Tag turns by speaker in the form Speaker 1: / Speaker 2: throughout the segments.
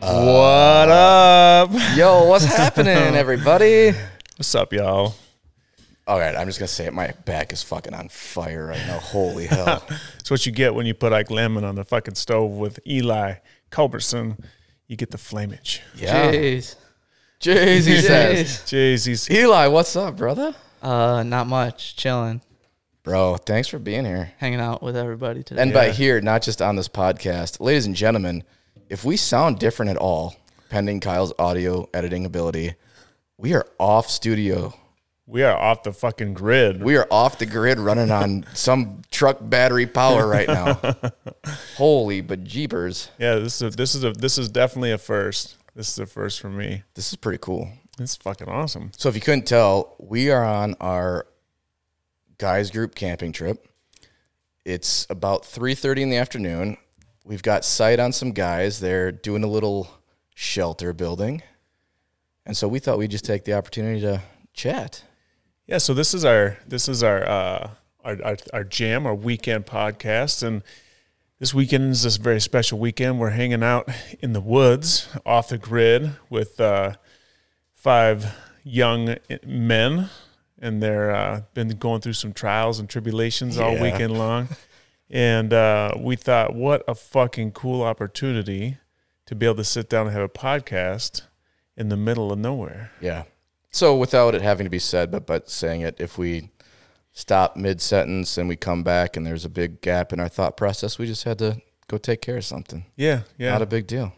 Speaker 1: What up?
Speaker 2: Yo, what's happening, everybody?
Speaker 1: What's up, y'all?
Speaker 2: All right, I'm just gonna say it. My back is fucking on fire right now. Holy hell!
Speaker 1: It's what you get when you put Ike Lemon on the fucking stove with Eli Culberson. You get the flamage.
Speaker 2: Yeah,
Speaker 3: Jeez.
Speaker 2: Jeez, he says.
Speaker 3: Jeez.
Speaker 1: Jeez, he's
Speaker 2: Eli, what's up, brother?
Speaker 3: Uh, not much. Chilling,
Speaker 2: Bro, thanks for being here.
Speaker 3: hanging out with everybody today.
Speaker 2: And by
Speaker 1: Yeah.
Speaker 2: here, not just on this podcast, ladies and gentlemen, if we sound different at all, pending Kyle's audio editing ability, we are off studio.
Speaker 1: we are off the fucking grid.
Speaker 2: We are off the grid, running on some truck battery power right now. Holy but jeepers!
Speaker 1: yeah, this is a, this is a this is definitely a first. This is a first for me.
Speaker 2: This is pretty cool.
Speaker 1: It's fucking awesome.
Speaker 2: So if you couldn't tell, we are on our guys group camping trip. It's about 3:30 in the afternoon. We've got sight on some guys. They're doing a little shelter building. And so we thought we'd just take the opportunity to chat.
Speaker 1: Yeah, so this is our this is our uh our our, our jam, our weekend podcast and this weekend is this very special weekend. We're hanging out in the woods, off the grid, with uh, five young men, and they're uh, been going through some trials and tribulations all
Speaker 2: Yeah.
Speaker 1: weekend long. And uh, we thought, what a fucking cool opportunity to be able to sit down and have a podcast in the middle of nowhere.
Speaker 2: Yeah. So without it having to be said but but saying it if we stop mid-sentence and we come back and there's a big gap in our thought process, we just had to go take care of something.
Speaker 1: Yeah, yeah.
Speaker 2: Not a big deal.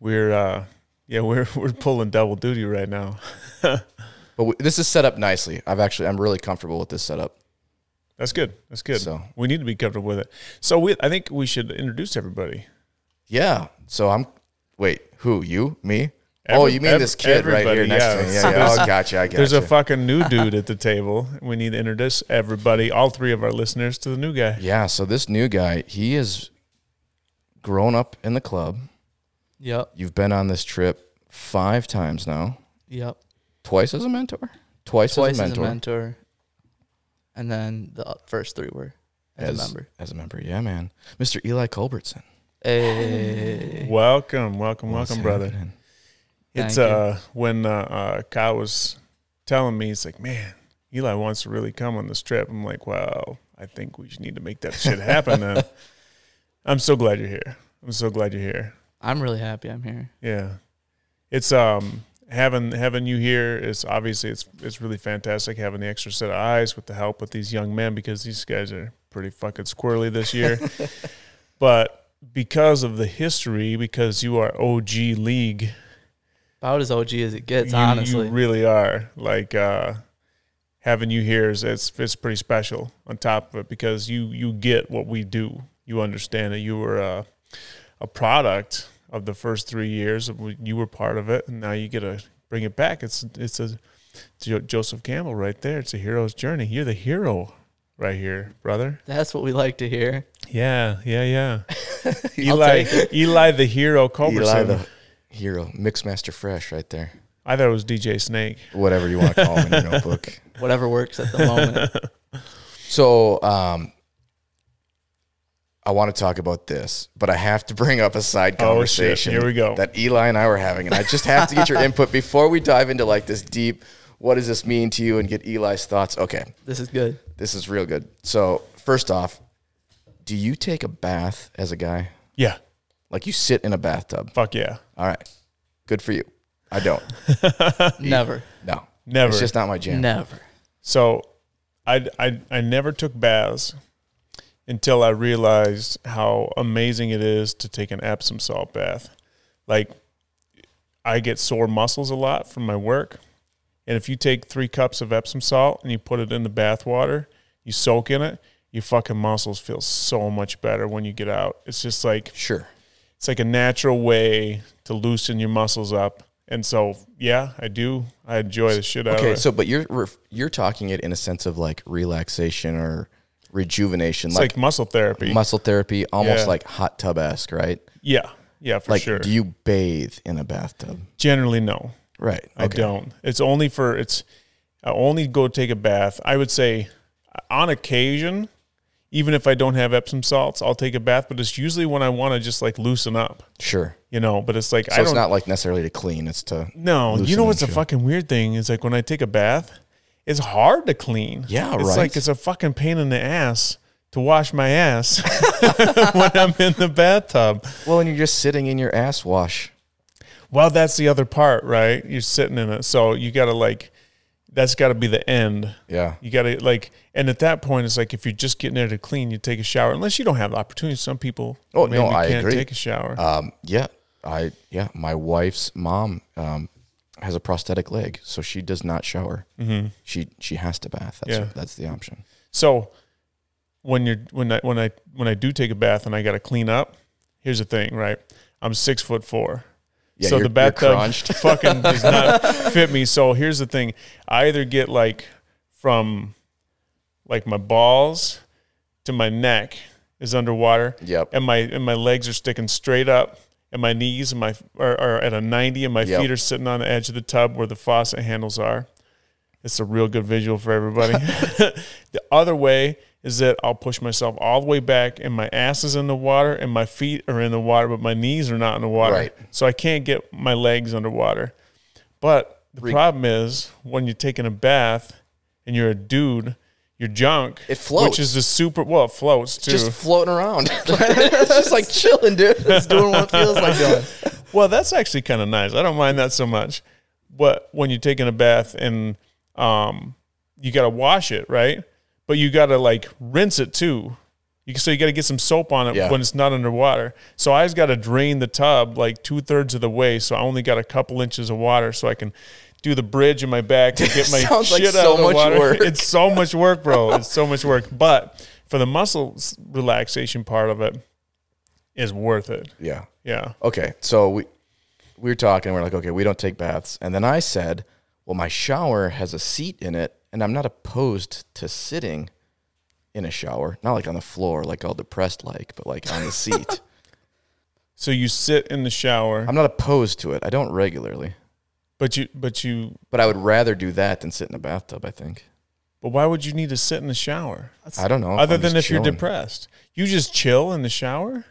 Speaker 1: we're uh yeah we're we're pulling double duty right now
Speaker 2: But we, this is set up nicely. I've actually I'm really comfortable with this setup.
Speaker 1: that's good that's good
Speaker 2: So-
Speaker 1: we need to be comfortable with it so we i think we should introduce everybody
Speaker 2: Yeah. So I'm. Wait, who? You? Me? oh,
Speaker 1: Every-
Speaker 2: you mean
Speaker 1: ev-
Speaker 2: this kid right here
Speaker 1: everybody,
Speaker 2: next
Speaker 1: yeah.
Speaker 2: to me? Yeah, yeah. Oh, gotcha. I gotcha.
Speaker 1: there's a fucking new dude at the table we need to introduce everybody all three of our listeners to the new guy
Speaker 2: yeah. So this new guy, he is grown up in the club.
Speaker 3: yep,
Speaker 2: You've been on this trip five times now.
Speaker 3: yep.
Speaker 2: Twice as a mentor. Twice, as
Speaker 3: Twice
Speaker 2: a mentor.
Speaker 3: mentor, and then the first three were as, a member.
Speaker 2: As a member. Yeah, man. Mr. Eli Culbertson.
Speaker 3: Hey,
Speaker 1: welcome welcome
Speaker 2: What's
Speaker 1: welcome brother
Speaker 2: happening?
Speaker 1: it's
Speaker 3: Thank you.
Speaker 1: uh when uh, uh kyle was telling me he's like man eli wants to really come on this trip i'm like well i think we should need to make that shit happen then i'm so glad you're here i'm so glad you're here
Speaker 3: I'm really happy I'm here.
Speaker 1: Yeah, it's um having having you here is obviously it's it's really fantastic having the extra set of eyes with the help with these young men because these guys are pretty fucking squirrely this year, but because of the history, because you are OG league,
Speaker 3: About as OG as it gets,
Speaker 1: you,
Speaker 3: honestly.
Speaker 1: you really are like. uh Having you here is it's it's pretty special. On top of it, because you you get what we do, you understand that you were uh, a product of the first three years. of when You were part of it, and now you get to bring it back. It's it's a Jo- Joseph Campbell right there. It's a hero's journey. You're the hero right here, brother.
Speaker 3: That's what we like to hear.
Speaker 1: Yeah, yeah, yeah. Eli,
Speaker 3: take
Speaker 1: Eli the hero, Culberson.
Speaker 2: Eli the hero. Mixmaster Fresh right there.
Speaker 1: I thought it was DJ Snake.
Speaker 2: Whatever you want to call him in your notebook.
Speaker 3: Whatever works at the moment.
Speaker 2: So um, I want to talk about this, but I have to bring up a side
Speaker 1: Oh, shit.
Speaker 2: conversation.
Speaker 1: Here we go.
Speaker 2: That Eli and I were having, and I just have to get your input before we dive into like this deep. What does this mean to you? And get Eli's thoughts. Okay,
Speaker 3: this is good.
Speaker 2: this is real good. So first off, do you take a bath as a guy?
Speaker 1: Yeah,
Speaker 2: Like you sit in a bathtub?
Speaker 1: fuck yeah.
Speaker 2: All right, good for you. I don't.
Speaker 3: Never,
Speaker 2: No,
Speaker 1: Never.
Speaker 2: It's just not my jam.
Speaker 3: never.
Speaker 1: So I, I, I never took baths until I realized how amazing it is to take an Epsom salt bath. Like, I get sore muscles a lot from my work. And if you take three cups of Epsom salt and you put it in the bath water, you soak in it, your fucking muscles feel so much better when you get out. It's just like
Speaker 2: Sure.
Speaker 1: it's like a natural way to loosen your muscles up. And so, yeah, I do. I enjoy the shit out of
Speaker 2: Okay,
Speaker 1: it.
Speaker 2: so but you're ref- you're talking it in a sense of like relaxation or rejuvenation,
Speaker 1: it's like, muscle therapy.
Speaker 2: muscle therapy, almost
Speaker 1: Yeah.
Speaker 2: like hot tub esque, right?
Speaker 1: Yeah, yeah, for
Speaker 2: Like,
Speaker 1: sure.
Speaker 2: do you bathe in a bathtub?
Speaker 1: Generally, no,
Speaker 2: Right.
Speaker 1: I don't. It's only for it's. I only go take a bath. I would say, on occasion, even if I don't have Epsom salts, I'll take a bath. But it's usually when I want to just like loosen up,
Speaker 2: Sure.
Speaker 1: you know. But it's like I
Speaker 2: So
Speaker 1: don't
Speaker 2: it's not like necessarily to clean. It's to
Speaker 1: No, you
Speaker 2: loosen
Speaker 1: know
Speaker 2: and
Speaker 1: what's a
Speaker 2: shit.
Speaker 1: fucking weird thing is like when I take a bath, it's hard to clean.
Speaker 2: Yeah,
Speaker 1: it's
Speaker 2: right.
Speaker 1: like it's a fucking pain in the ass to wash my ass when I'm in the bathtub.
Speaker 2: Well, and you're just sitting in your ass wash.
Speaker 1: Well, that's the other part, right? You're sitting in it, so you got to like that's got to be the end.
Speaker 2: Yeah.
Speaker 1: You got to like, and at that point, it's like if you're just getting there to clean, you take a shower unless you don't have the opportunity. Some people,
Speaker 2: Oh, no, I
Speaker 1: can't
Speaker 2: agree.
Speaker 1: take a shower.
Speaker 2: Um, yeah, I yeah, my wife's mom um, has a prosthetic leg, so she does not shower. Mm-hmm. She she has to bath. That's
Speaker 1: Yeah.
Speaker 2: that's the option.
Speaker 1: So when you're when I when I when I do take a bath and I got to clean up, here's the thing, right? I'm six foot four.
Speaker 2: Yeah,
Speaker 1: so
Speaker 2: you're-
Speaker 1: the
Speaker 2: you're
Speaker 1: bathtub
Speaker 2: crunched.
Speaker 1: fucking does not fit me. So here's the thing: I either get like from like my balls to my neck is underwater,
Speaker 2: Yep.
Speaker 1: and my and my legs are sticking straight up, and my knees and my are, are at a ninety, and my
Speaker 2: Yep.
Speaker 1: feet are sitting on the edge of the tub where the faucet handles are. It's a real good visual for everybody. the other way is that I'll push myself all the way back, and my ass is in the water, and my feet are in the water, but my knees are not in the water,
Speaker 2: Right.
Speaker 1: so I can't get my legs underwater. But the problem is when you're taking a bath and you're a dude, your junk
Speaker 2: It floats.
Speaker 1: which is the super well it floats too.
Speaker 2: Just floating around, it's just like chilling, dude.
Speaker 3: It's doing what it feels like doing.
Speaker 1: well, that's actually kind of nice. I don't mind that so much. But when you're taking a bath and um, you got to wash it, right? But you got to like rinse it too. You, so you got to get some soap on it
Speaker 2: Yeah.
Speaker 1: when it's not underwater. So I just got to drain the tub like two thirds of the way. So I only got a couple inches of water so I can do the bridge in my back to get my shit
Speaker 2: Sounds like
Speaker 1: out
Speaker 2: so
Speaker 1: of the
Speaker 2: much
Speaker 1: water.
Speaker 2: work.
Speaker 1: It's so much work, bro. It's so much work. But for the muscle s- relaxation part of it, is worth it.
Speaker 2: Yeah.
Speaker 1: Yeah.
Speaker 2: Okay. So we we were talking. We're like, okay, we don't take baths. And then I said, well, my shower has a seat in it, and I'm not opposed to sitting in a shower, not like on the floor, like all depressed, like, but like on the seat.
Speaker 1: So you sit in the shower,
Speaker 2: I'm not opposed to it. I don't regularly.
Speaker 1: but you but you
Speaker 2: But I would rather do that than sit in a bathtub. I think.
Speaker 1: but why would you need to sit in the shower
Speaker 2: I don't know.
Speaker 1: other
Speaker 2: Oh, I'm
Speaker 1: than
Speaker 2: just
Speaker 1: if you're
Speaker 2: chilling.
Speaker 1: depressed? You just chill in the shower.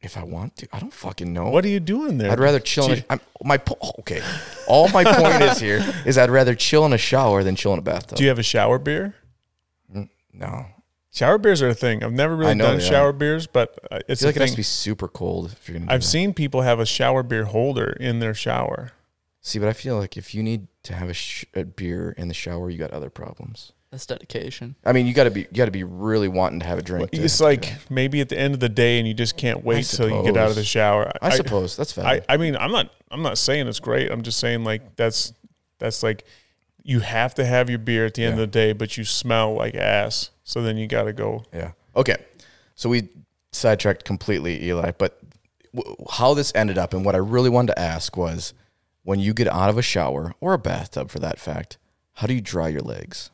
Speaker 2: If I want to, I don't fucking know.
Speaker 1: What are you doing there?
Speaker 2: I'd rather chill in.
Speaker 1: Gee.
Speaker 2: A, I'm, my po- oh, okay. All my point is here is I'd rather chill in a shower than chill in a bathtub.
Speaker 1: Do you have a shower beer?
Speaker 2: no,
Speaker 1: Shower beers are a thing. I've never
Speaker 2: I
Speaker 1: really
Speaker 2: know
Speaker 1: done
Speaker 2: they are.
Speaker 1: shower beers, but uh,
Speaker 2: I
Speaker 1: it's a
Speaker 2: feel like it has to
Speaker 1: thing.
Speaker 2: be super cold if you're gonna. Do
Speaker 1: I've
Speaker 2: that.
Speaker 1: seen people have a shower beer holder in their shower.
Speaker 2: See, but I feel like if you need to have a, sh- a beer in the shower, you got other problems.
Speaker 3: That's dedication.
Speaker 2: I mean, you got to be you got to be really wanting to have a drink. to-
Speaker 1: It's
Speaker 2: to do
Speaker 1: like
Speaker 2: that.
Speaker 1: maybe at the end of the day, and you just can't wait till you get out of the
Speaker 2: suppose.
Speaker 1: shower.
Speaker 2: I, suppose that's
Speaker 1: I,
Speaker 2: valid.
Speaker 1: I mean I'm not I'm not saying it's great. I'm just saying like that's that's like you have to have your beer at the end
Speaker 2: Yeah.
Speaker 1: of the day, but you smell like ass. So then you gotta go.
Speaker 2: Yeah. Okay. So we sidetracked completely, Eli. But w- how this ended up and what I really wanted to ask was when you get out of a shower or a bathtub for that fact, how do you dry your legs?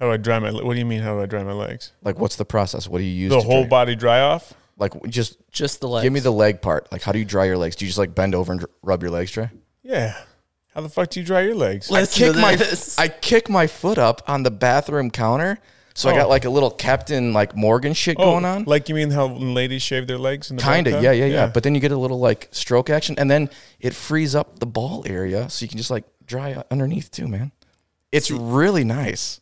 Speaker 1: How do I dry my? le- What do you mean? How do I dry my legs?
Speaker 2: Like, what's the process? What do you use?
Speaker 1: The
Speaker 2: to
Speaker 1: whole
Speaker 2: dry?
Speaker 1: body dry off?
Speaker 2: Like, w- just
Speaker 3: Just the legs.
Speaker 2: give me the leg part. Like, how do you dry your legs? Do you just like bend over and dr- rub your legs dry?
Speaker 1: Yeah. How the fuck do you dry your legs?
Speaker 2: I
Speaker 3: Listen
Speaker 2: kick
Speaker 3: to
Speaker 2: my
Speaker 3: this.
Speaker 2: I kick my foot up on the bathroom counter, so I got
Speaker 1: Oh.
Speaker 2: like a little Captain like Morgan shit
Speaker 1: Oh,
Speaker 2: going on.
Speaker 1: Like you mean how when ladies shave their legs? In the
Speaker 2: Kind of,
Speaker 1: bathtub?
Speaker 2: yeah, yeah, yeah, But then you get a little like stroke action, and then it frees up the ball area, so you can just like dry out underneath too, man. It's really nice.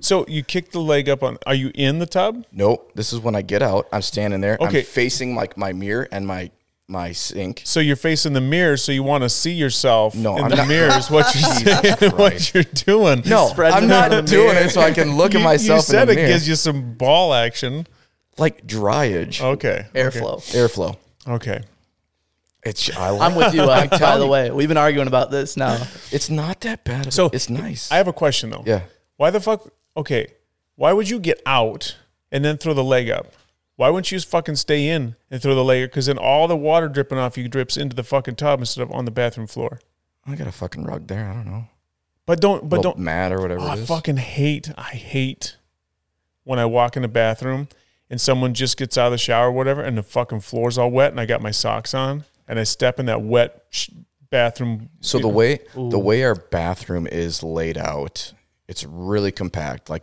Speaker 1: so you kick the leg up on. Are you in the tub?
Speaker 2: Nope, this is when I get out. I'm standing there.
Speaker 1: Okay.
Speaker 2: I'm facing like my mirror and my my sink.
Speaker 1: So you're facing the mirror, so you want to see yourself
Speaker 2: No,
Speaker 1: in
Speaker 2: I'm
Speaker 1: the
Speaker 2: not-
Speaker 1: mirror is what you're saying, and what
Speaker 2: Christ.
Speaker 1: you're doing.
Speaker 2: No,
Speaker 3: spreading
Speaker 2: I'm
Speaker 3: it
Speaker 2: not
Speaker 3: out in the
Speaker 2: doing
Speaker 3: mirror.
Speaker 2: it so I can look at
Speaker 1: You-
Speaker 2: myself
Speaker 1: You said
Speaker 2: in the
Speaker 1: it
Speaker 2: mirror.
Speaker 1: gives you some ball action.
Speaker 2: like dryage,
Speaker 1: Okay.
Speaker 3: airflow.
Speaker 2: airflow.
Speaker 1: Okay.
Speaker 2: It's I like.
Speaker 3: I'm with you. Like, by the way, we've been arguing about this now.
Speaker 2: it's not that bad. of-
Speaker 1: So,
Speaker 2: it's nice.
Speaker 1: I have a question though.
Speaker 2: yeah.
Speaker 1: Why the fuck? Okay. Why would you get out and then throw the leg up? Why wouldn't you just fucking stay in and throw the leg? Because then all the water dripping off you drips into the fucking tub instead of on the bathroom floor.
Speaker 2: I got a fucking rug there. I don't know.
Speaker 1: But don't. But
Speaker 2: Little
Speaker 1: don't.
Speaker 2: mat or whatever.
Speaker 1: Oh, I
Speaker 2: it is.
Speaker 1: fucking hate. I hate when I walk in the bathroom and someone just gets out of the shower or whatever, and the fucking floor's all wet, and I got my socks on, and I step in that wet sh- bathroom.
Speaker 2: So the way the way our bathroom is laid out, it's really compact. Like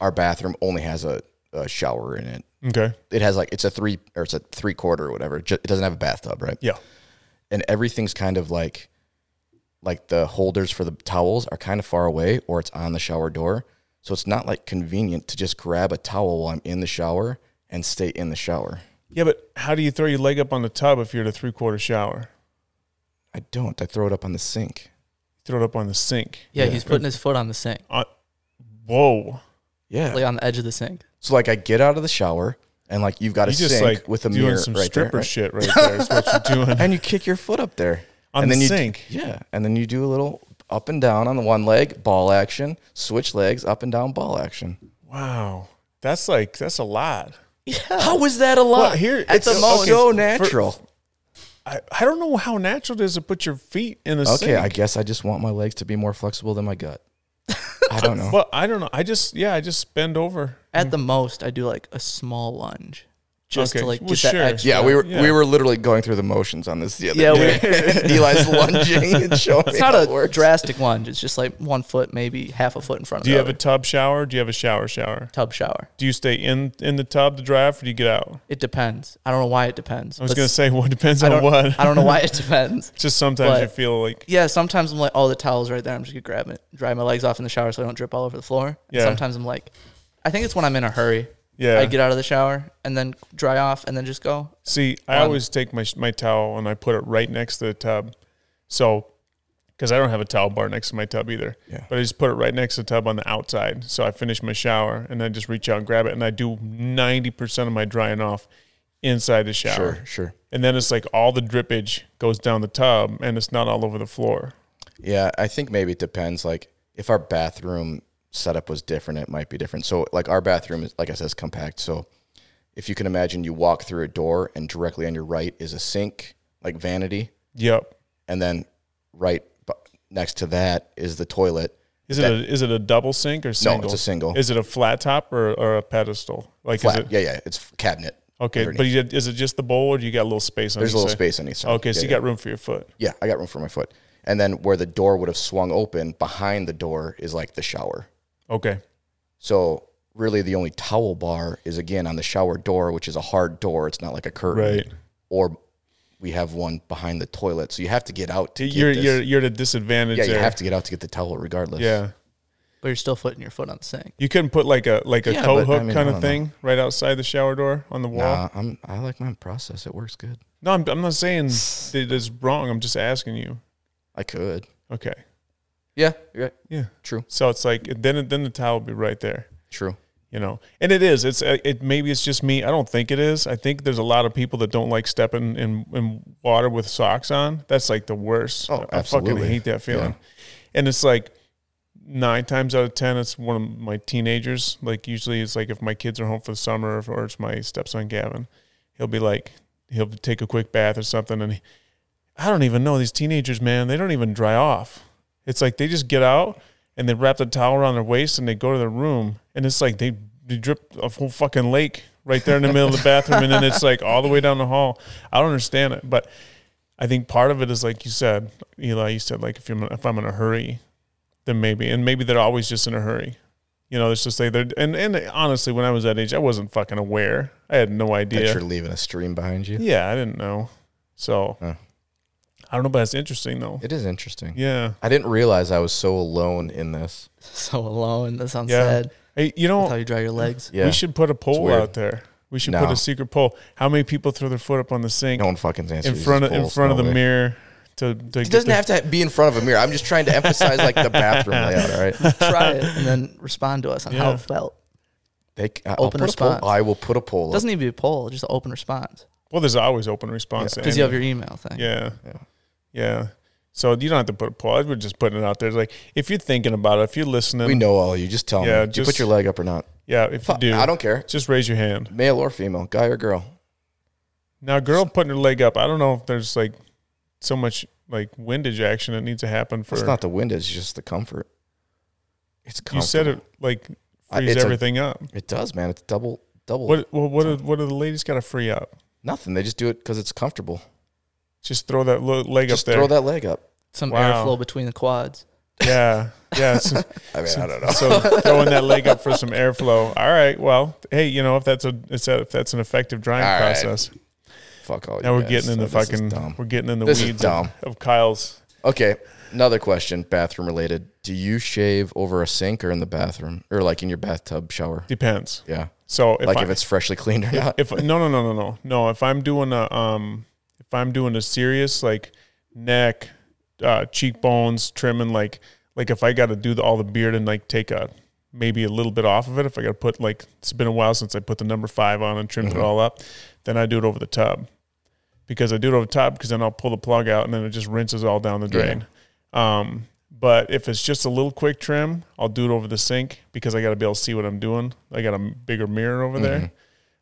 Speaker 2: Our bathroom only has a, a shower in it.
Speaker 1: Okay.
Speaker 2: It has like it's a three or it's a three quarter or whatever. It ju- it doesn't have a bathtub, right?
Speaker 1: Yeah.
Speaker 2: and everything's kind of like like the holders for the towels are kind of far away or it's on the shower door so it's not like convenient to just grab a towel while i'm in the shower and stay in the shower
Speaker 1: Yeah, but how do you throw your leg up on the tub if you're in a three quarter shower?
Speaker 2: i don't i throw it up on the sink
Speaker 1: Throw it up on the sink. Uh,
Speaker 3: Yeah, he's putting his foot on the sink,
Speaker 1: Whoa.
Speaker 2: yeah
Speaker 3: like on the edge of the sink.
Speaker 2: so like i get out of the shower and like you've got a
Speaker 1: You just
Speaker 2: sink
Speaker 1: like
Speaker 2: with a
Speaker 1: doing
Speaker 2: mirror
Speaker 1: some
Speaker 2: right there
Speaker 1: stripper
Speaker 2: right?
Speaker 1: shit right there is what you're doing.
Speaker 2: and you kick your foot up there
Speaker 1: On
Speaker 2: and
Speaker 1: the
Speaker 2: you,
Speaker 1: sink?
Speaker 2: yeah and then you do a little up and down on the one leg ball action switch legs up and down ball action
Speaker 1: Wow. That's like that's a lot.
Speaker 2: how is that a lot
Speaker 1: Well, here-
Speaker 2: at the
Speaker 1: it's-
Speaker 2: moment
Speaker 1: okay,
Speaker 2: so
Speaker 1: for-
Speaker 2: natural
Speaker 1: I, I don't know how natural it is to put your feet in the
Speaker 2: Okay,
Speaker 1: sink.
Speaker 2: I guess I just want my legs to be more flexible than my gut. I don't know.
Speaker 1: Well, I don't know. I just yeah, I just bend over.
Speaker 3: At the most, I do like a small lunge, just to
Speaker 1: Okay,
Speaker 3: like
Speaker 1: well,
Speaker 3: get that
Speaker 1: sure.
Speaker 3: extra.
Speaker 2: yeah, we were
Speaker 1: Yeah.
Speaker 2: we were literally going through the motions on this the other
Speaker 3: Yeah, we-
Speaker 2: day. Eli's lunging and showing.
Speaker 3: It's not a drastic lunge. It's just like one foot, maybe half a foot in front
Speaker 1: Do
Speaker 3: of
Speaker 1: you
Speaker 3: the
Speaker 1: have
Speaker 2: Uh,
Speaker 3: other.
Speaker 1: a tub shower? Do you have a shower shower?
Speaker 3: tub shower.
Speaker 1: Do you stay in in the tub to dry off or do you get out?
Speaker 3: It depends. I don't know why it depends.
Speaker 1: I was gonna say well it depends
Speaker 3: I
Speaker 1: on
Speaker 3: don't,
Speaker 1: what.
Speaker 3: I don't know why it depends.
Speaker 1: just sometimes
Speaker 3: but-
Speaker 1: you feel like
Speaker 3: Yeah, sometimes I'm like, oh, the towel's right there. I'm just gonna grab it, dry my legs off in the shower so I don't drip all over the floor. And
Speaker 1: Yeah.
Speaker 3: Sometimes I'm like, I think it's when I'm in a hurry.
Speaker 1: Yeah.
Speaker 3: I get out of the shower and then dry off and then just go.
Speaker 1: See, I always take my my towel and I put it right next to the tub, so because I don't have a towel bar next to my tub either.
Speaker 2: Yeah.
Speaker 1: But I just put it right next to the tub on the outside. So I finish my shower and I just reach out and grab it, and I do ninety percent of my drying off inside the shower.
Speaker 2: Sure, sure.
Speaker 1: And then it's like all the drippage goes down the tub, and it's not all over the floor.
Speaker 2: Yeah, I think maybe it depends. Like if our bathroom setup was different, it might be different. So like our bathroom is like I said, is compact. So if you can imagine, you walk through a door and directly on your right is a sink, like vanity,
Speaker 1: Yep.
Speaker 2: and then right bu- next to that is the toilet.
Speaker 1: Is it a is it a double sink or single?
Speaker 2: it's a single.
Speaker 1: Is it a flat top or, or a pedestal? Like is
Speaker 2: Flat.
Speaker 1: it Oh,
Speaker 2: Yeah, yeah, it's f- cabinet.
Speaker 1: okay?
Speaker 2: underneath.
Speaker 1: But you did, is it just the bowl or do you got a little space on?
Speaker 2: There's
Speaker 1: each
Speaker 2: a little
Speaker 1: side?
Speaker 2: space on each side.
Speaker 1: Okay, so
Speaker 2: Yeah,
Speaker 1: you got room for your foot.
Speaker 2: yeah. Yeah, I got room for my foot. And then where the door would have swung open behind the door is like the shower.
Speaker 1: Okay.
Speaker 2: So really, the only towel bar is again on the shower door, which is a hard door. It's not like a curtain.
Speaker 1: Right.
Speaker 2: Or we have one behind the toilet, so you have to get out to get
Speaker 1: You're
Speaker 2: this.
Speaker 1: you're you're at a disadvantage
Speaker 2: yeah, you
Speaker 1: there.
Speaker 2: have to get out to get the towel regardless.
Speaker 1: yeah.
Speaker 3: But you're still putting your foot on the sink.
Speaker 1: You couldn't put like a like a
Speaker 2: Yeah,
Speaker 1: coat
Speaker 2: but, I
Speaker 1: hook
Speaker 2: mean, I
Speaker 1: kind
Speaker 2: don't
Speaker 1: of thing right outside the shower door on the wall.
Speaker 2: Nah, I'm. I like my process. It works good.
Speaker 1: No, I'm, I'm not saying that it's wrong. I'm just asking you.
Speaker 2: I could.
Speaker 1: Okay.
Speaker 2: Yeah. You're right.
Speaker 1: Yeah.
Speaker 2: True.
Speaker 1: So it's like then then the towel would be right there.
Speaker 2: True.
Speaker 1: You know, and it is. It's uh, it. Maybe it's just me. I don't think it is. I think there's a lot of people that don't like stepping in, in water with socks on. That's like the worst.
Speaker 2: Oh,
Speaker 1: I fucking
Speaker 2: absolutely.
Speaker 1: hate that feeling. And it's like nine times out of ten, it's one of my teenagers. Like usually, it's like if my kids are home for the summer, or it's my stepson Gavin, he'll be like, he'll take a quick bath or something, and he, I don't even know these teenagers, man. They don't even dry off. It's like they just get out and they wrap the towel around their waist and they go to their room, and it's like they, they drip a whole fucking lake right there in the middle of the bathroom, and then it's like all the way down the hall. I don't understand it, but. I think part of it is like you said, Eli. You said like if you're if I'm in a hurry, then maybe and maybe they're always just in a hurry. You know, it's just they they're and and honestly, when I was that age, I wasn't fucking aware. I had no
Speaker 2: That
Speaker 1: idea.
Speaker 2: you're leaving a stream behind you.
Speaker 1: Yeah, I didn't know. So
Speaker 2: Huh.
Speaker 1: I don't know, but it's interesting though.
Speaker 2: It is interesting.
Speaker 1: Yeah,
Speaker 2: I didn't realize I was so alone in this.
Speaker 3: So alone. That sounds
Speaker 1: Yeah.
Speaker 3: sad.
Speaker 1: hey, you
Speaker 3: That's how
Speaker 1: know,
Speaker 3: you dry your legs.
Speaker 2: Yeah.
Speaker 1: we should put a poll
Speaker 2: weird.
Speaker 1: out there. We should
Speaker 2: No.
Speaker 1: put a secret poll. How many people throw their foot up on the sink
Speaker 2: no one fucking answers
Speaker 1: in front of
Speaker 2: these
Speaker 1: in
Speaker 2: polls,
Speaker 1: front of
Speaker 2: no
Speaker 1: the
Speaker 2: way.
Speaker 1: mirror to to
Speaker 2: It doesn't have to be in front of a mirror. I'm just trying to emphasize like the bathroom layout. All right.
Speaker 3: Try it and then respond to us on how
Speaker 1: Yeah.
Speaker 3: it felt.
Speaker 2: They, c- I'll
Speaker 3: Open
Speaker 2: put a poll-
Speaker 3: response.
Speaker 2: I will put a poll. up.
Speaker 3: Doesn't need to be a poll, just an open response.
Speaker 1: well, there's always open response to
Speaker 3: Because you have
Speaker 1: anything.
Speaker 3: your email thing.
Speaker 1: Yeah.
Speaker 2: Yeah.
Speaker 1: yeah. So you don't have to put a pause. We're just putting it out there. It's like if you're thinking about it, if you're listening,
Speaker 2: We know all you. Just tell
Speaker 1: Yeah,
Speaker 2: me. Do you put
Speaker 1: just-
Speaker 2: your leg up or not?
Speaker 1: yeah, if you
Speaker 2: Fuck,
Speaker 1: do,
Speaker 2: I don't care.
Speaker 1: just raise your hand.
Speaker 2: Male or female, guy or girl.
Speaker 1: Now, a girl putting her leg up, I don't know if there's like so much like windage action that needs to happen for.
Speaker 2: It's not the wind. It's just the comfort. It's
Speaker 1: you said
Speaker 2: comfortable.
Speaker 1: it like
Speaker 2: I-
Speaker 1: frees
Speaker 2: it's a-
Speaker 1: everything up.
Speaker 2: It does, man. It's double, double.
Speaker 1: What well, what do, what do the ladies got to free up?
Speaker 2: Nothing. They just do it because it's comfortable.
Speaker 1: Just throw that lo- leg
Speaker 2: Just
Speaker 1: up there.
Speaker 2: throw that leg up.
Speaker 3: Some
Speaker 1: Wow.
Speaker 3: airflow between the quads.
Speaker 1: yeah, Yeah. So,
Speaker 2: I mean, I don't know.
Speaker 1: so throwing that leg up for some airflow. All right. Well, hey, you know if that's a it's a, if that's an effective drying
Speaker 2: All right.
Speaker 1: process.
Speaker 2: Fuck all.
Speaker 1: Now
Speaker 2: you
Speaker 1: we're
Speaker 2: guys.
Speaker 1: getting in the
Speaker 2: This is
Speaker 1: fucking
Speaker 2: dumb.
Speaker 1: we're getting in the
Speaker 2: This is
Speaker 1: weeds
Speaker 2: dumb.
Speaker 1: of, of Kyle's.
Speaker 2: Okay, another question, bathroom related. Do you shave over a sink or in the bathroom or like in your bathtub shower?
Speaker 1: Depends.
Speaker 2: Yeah,
Speaker 1: So if
Speaker 2: like
Speaker 1: I,
Speaker 2: if it's freshly cleaned or not.
Speaker 1: if no no no no no no if I'm doing a um if I'm doing a serious like neck uh cheekbones trimming like like if I got to do the, all the beard and like take a maybe a little bit off of it if I got to put like it's been a while since I put the number 5 on and trimmed it all up then I do it over the tub because I do it over the top because then I'll pull the plug out and then it just rinses all down the drain. Um, but if it's just a little quick trim, I'll do it over the sink because I got to be able to see what I'm doing. I got a m- bigger mirror over there.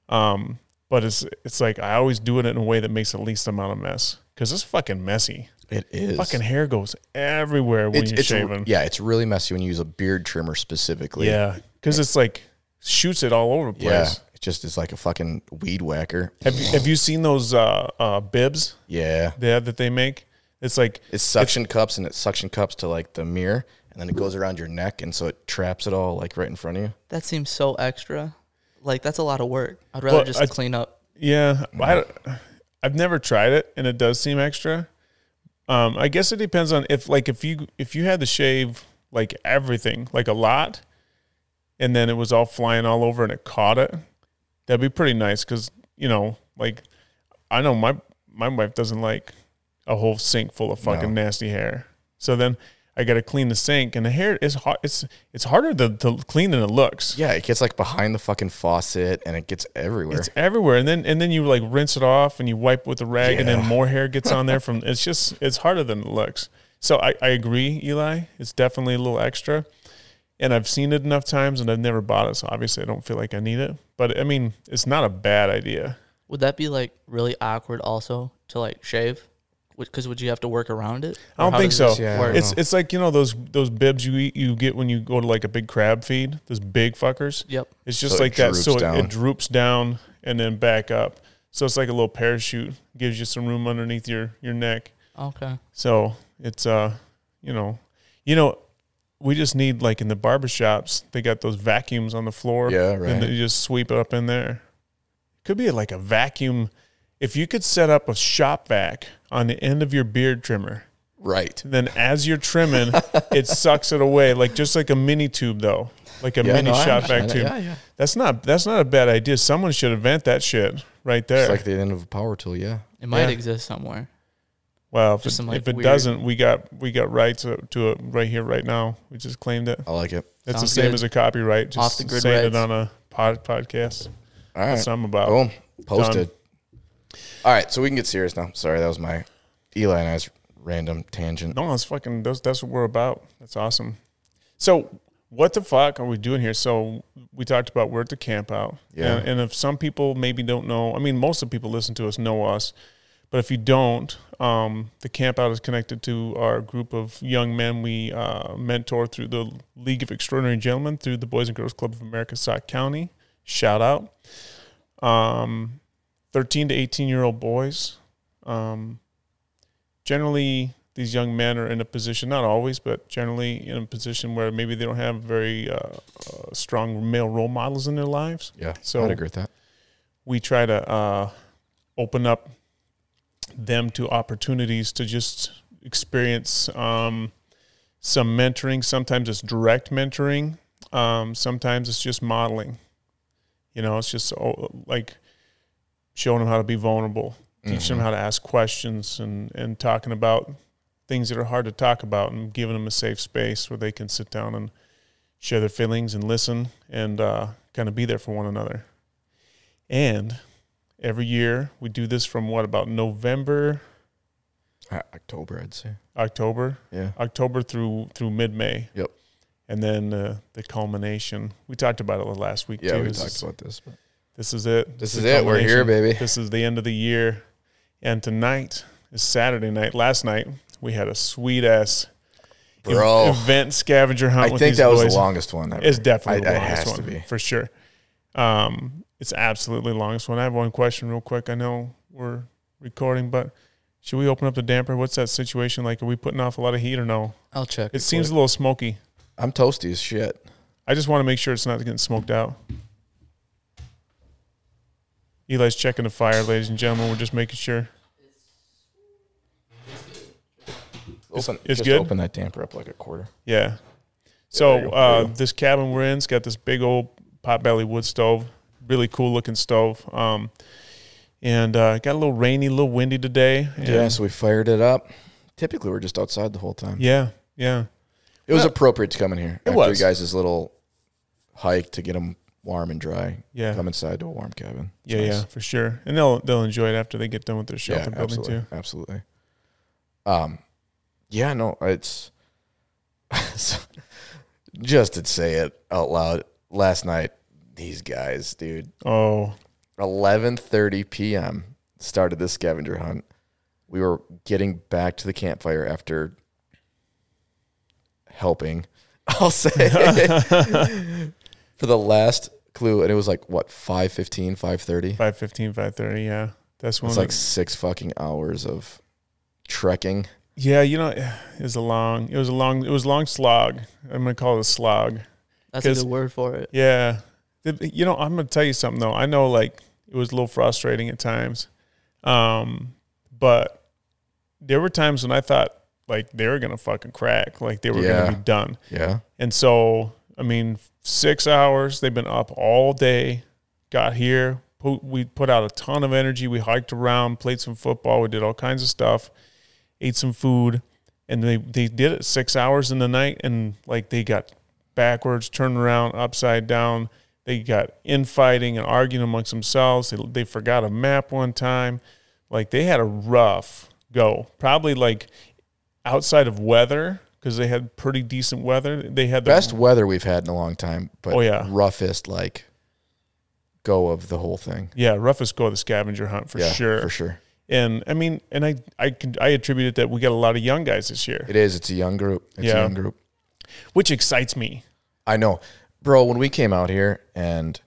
Speaker 1: Um, but it's it's like I always do it in a way that makes the least amount of mess because it's fucking messy.
Speaker 2: It is
Speaker 1: Fucking hair goes everywhere when
Speaker 2: it's,
Speaker 1: you're
Speaker 2: it's
Speaker 1: shaving.
Speaker 2: yeah, it's really messy when you use a beard trimmer specifically.
Speaker 1: yeah, because it's like shoots it all over the place.
Speaker 2: yeah. It just is like a fucking weed whacker.
Speaker 1: Have you have you seen those uh, uh, bibs
Speaker 2: Yeah,
Speaker 1: there that they make? It's like
Speaker 2: it's suction cups and it suction cups to like the mirror, and then it goes around your neck, and so it traps it all like right in front of you.
Speaker 3: That seems so extra. Like that's a lot of work. I'd rather
Speaker 1: Well,
Speaker 3: just
Speaker 1: I-
Speaker 3: clean up.
Speaker 1: Yeah, I, have never tried it, and it does seem extra. Um, I guess it depends on if, like, if you if you had to shave like everything, like a lot, and then it was all flying all over and it caught it, that'd be pretty nice because you know, like, I know my my wife doesn't like a whole sink full of fucking nasty hair. So then I got to clean the sink, and the hair is hard. It's it's harder to, to clean than it looks.
Speaker 2: Yeah, it gets like behind the fucking faucet, and it gets everywhere.
Speaker 1: It's everywhere, and then and then you like rinse it off, and you wipe with a rag, and then
Speaker 2: Yeah.
Speaker 1: more hair gets on there. From it's just it's harder than it looks. So I, I agree, Eli. It's definitely a little extra, and I've seen it enough times, and I've never bought it, so obviously I don't feel like I need it. But I mean, it's not a bad idea.
Speaker 3: Would that be like really awkward also to like shave? Because would you have to work around it?
Speaker 1: I don't
Speaker 3: Or how
Speaker 1: think
Speaker 3: does
Speaker 1: so.
Speaker 3: this
Speaker 2: Yeah, I
Speaker 3: work?
Speaker 2: don't
Speaker 1: It's it's like you know those those bibs you eat, you get when you go to like a big crab feed. Those big fuckers.
Speaker 3: Yep.
Speaker 1: It's just
Speaker 2: So it
Speaker 1: like that. So
Speaker 2: droops
Speaker 1: it,
Speaker 2: down.
Speaker 1: it droops down and then back up. So it's like a little parachute. Gives you some room underneath your your neck.
Speaker 3: Okay.
Speaker 1: So it's uh, you know, you know, we just need like in the barber shops, they got those vacuums on the floor.
Speaker 2: yeah,
Speaker 1: And
Speaker 2: right.
Speaker 1: you just sweep it up in there. Could be like a vacuum. If you could set up a shop vac on the end of your beard trimmer,
Speaker 2: right.
Speaker 1: then as you're trimming, it sucks it away, like just like a mini tube though, like a
Speaker 2: Yeah,
Speaker 1: mini
Speaker 2: no, I
Speaker 1: shop vac
Speaker 2: understand
Speaker 1: tube.
Speaker 2: that. Yeah, yeah.
Speaker 1: That's not that's not a bad idea. Someone should invent that shit right there.
Speaker 2: It's like the end of a power tool. Yeah.
Speaker 3: It might
Speaker 1: Yeah.
Speaker 3: exist somewhere.
Speaker 1: Well, if it,
Speaker 3: Just some, like,
Speaker 1: if it
Speaker 3: weird-
Speaker 1: doesn't, we got we got rights to, to it right here, right now. We just claimed it.
Speaker 2: I like it.
Speaker 1: That's
Speaker 3: Sounds
Speaker 1: the same
Speaker 3: good.
Speaker 1: as a copyright. Just
Speaker 3: Off the grid
Speaker 1: saying it
Speaker 3: rights.
Speaker 1: on a pod, podcast.
Speaker 2: All right.
Speaker 1: That's what I'm about.
Speaker 2: Boom. Posted. All right. So we can get serious now. Sorry, that was my Eli and I's random tangent.
Speaker 1: No, that's fucking. That's, that's what we're about. That's awesome. So, what the fuck are we doing here? So, we talked about we're at the camp out.
Speaker 2: Yeah.
Speaker 1: And, and if some people maybe don't know, I mean, most of the people listen to us know us, but if you don't, um, the camp out is connected to our group of young men we uh, mentor through the League of Extraordinary Gentlemen through the Boys and Girls Club of America, Sauk County. Shout out. Um, 13 to 18 year old boys. Um, generally these young men are in a position not always but generally in a position where maybe they don't have very uh, uh, strong male role models in their lives
Speaker 2: Yeah.
Speaker 1: So-
Speaker 2: I'd agree with that.
Speaker 1: we try to uh, open up them to opportunities to just experience um, some mentoring sometimes it's direct mentoring um, sometimes it's just modeling you know it's just oh, like showing them how to be vulnerable teaching them how to ask questions and, and talking about things that are hard to talk about and giving them a safe space where they can sit down and share their feelings and listen and uh, kind of be there for one another. And every year we do this from what about November,
Speaker 2: Uh, October, I'd say.
Speaker 1: October,
Speaker 2: Yeah.
Speaker 1: October through through mid May.
Speaker 2: Yep.
Speaker 1: And then uh, the culmination. We talked about it last week
Speaker 2: Yeah,
Speaker 1: too.
Speaker 2: we
Speaker 1: This
Speaker 2: talked
Speaker 1: is-
Speaker 2: about this. But.
Speaker 1: This is it.
Speaker 2: This
Speaker 1: The
Speaker 2: is it. We're here,
Speaker 1: culmination.
Speaker 2: baby.
Speaker 1: This is the end of the year. And tonight is Saturday night. Last night we had a sweet ass ev-
Speaker 2: Bro.
Speaker 1: event scavenger hunt.
Speaker 2: I
Speaker 1: with
Speaker 2: think
Speaker 1: these
Speaker 2: that was
Speaker 1: boys.
Speaker 2: the longest one. ever.
Speaker 1: It's definitely
Speaker 2: I-
Speaker 1: the
Speaker 2: it
Speaker 1: longest
Speaker 2: has to
Speaker 1: one
Speaker 2: be.
Speaker 1: for sure. Um, it's absolutely the longest one. I have one question real quick. I know we're recording, but should we open up the damper? What's that situation like? Are we putting off a lot of heat or no?
Speaker 3: I'll check.
Speaker 1: It seems a little smoky.
Speaker 2: I'm toasty as shit.
Speaker 1: I just want to make sure it's not getting smoked out. Eli's checking the fire, ladies and gentlemen. We're just making sure.
Speaker 2: Open,
Speaker 1: it's
Speaker 2: just
Speaker 1: good?
Speaker 2: Open that damper up like a quarter.
Speaker 1: Yeah. So
Speaker 2: there you go.
Speaker 1: uh, this cabin we're in, it's got this big old potbelly wood stove, really cool looking stove. Um, and uh, it got a little rainy, a little windy today. and-
Speaker 2: Yeah. So we fired it up. Typically, we're just outside the whole time.
Speaker 1: Yeah. Yeah.
Speaker 2: It was appropriate to come in here. It after
Speaker 1: was.
Speaker 2: you guys' little hike to get them warm and dry.
Speaker 1: Yeah.
Speaker 2: Come inside to a warm cabin. It's
Speaker 1: Yeah,
Speaker 2: nice.
Speaker 1: yeah, for sure. And they'll they'll enjoy it after they get done with their shelter building
Speaker 2: absolutely,
Speaker 1: too.
Speaker 2: Absolutely. Um, yeah, no, it's just to say it out loud. Last night, these guys, dude,
Speaker 1: Oh,
Speaker 2: 11:30 p.m. started this scavenger hunt. We were getting back to the campfire after helping. I'll say for the last clue, and it was like what 5:15, 5:30.
Speaker 1: 515, 530, yeah. That's when
Speaker 2: It's
Speaker 1: the-
Speaker 2: like six fucking hours of trekking.
Speaker 1: Yeah, you know, it was a long it was a long it was a long slog. I'm gonna call it a slog.
Speaker 3: That's a
Speaker 1: 'Cause-
Speaker 3: good word for it.
Speaker 1: Yeah. The- You know, I'm going to tell you something though. I know like it was a little frustrating at times. Um, but there were times when I thought like they were going to fucking crack, like they were going
Speaker 2: Yeah.
Speaker 1: to be done.
Speaker 2: Yeah.
Speaker 1: And so, I mean, 6 hours, they've been up all day, got here, put, we put out a ton of energy, we hiked around, played some football, we did all kinds of stuff, ate some food, and they they did it 6 hours in the night and like they got backwards, turned around, upside down. They got infighting and arguing amongst themselves. They, they forgot a map one time. Like they had a rough go. Probably like outside of weather because they had pretty decent weather. They had the
Speaker 2: Best weather we've had in a long time, but
Speaker 1: Oh, yeah.
Speaker 2: roughest like go of the whole thing.
Speaker 1: yeah roughest go of the scavenger hunt for
Speaker 2: yeah,
Speaker 1: sure.
Speaker 2: For sure.
Speaker 1: And I mean, and I I can I attribute it that we got a lot of young guys this year,
Speaker 2: It is. It's a young group. It's
Speaker 1: Yeah.
Speaker 2: a young group.
Speaker 1: which excites me.
Speaker 2: I know. Bro, when we came out here and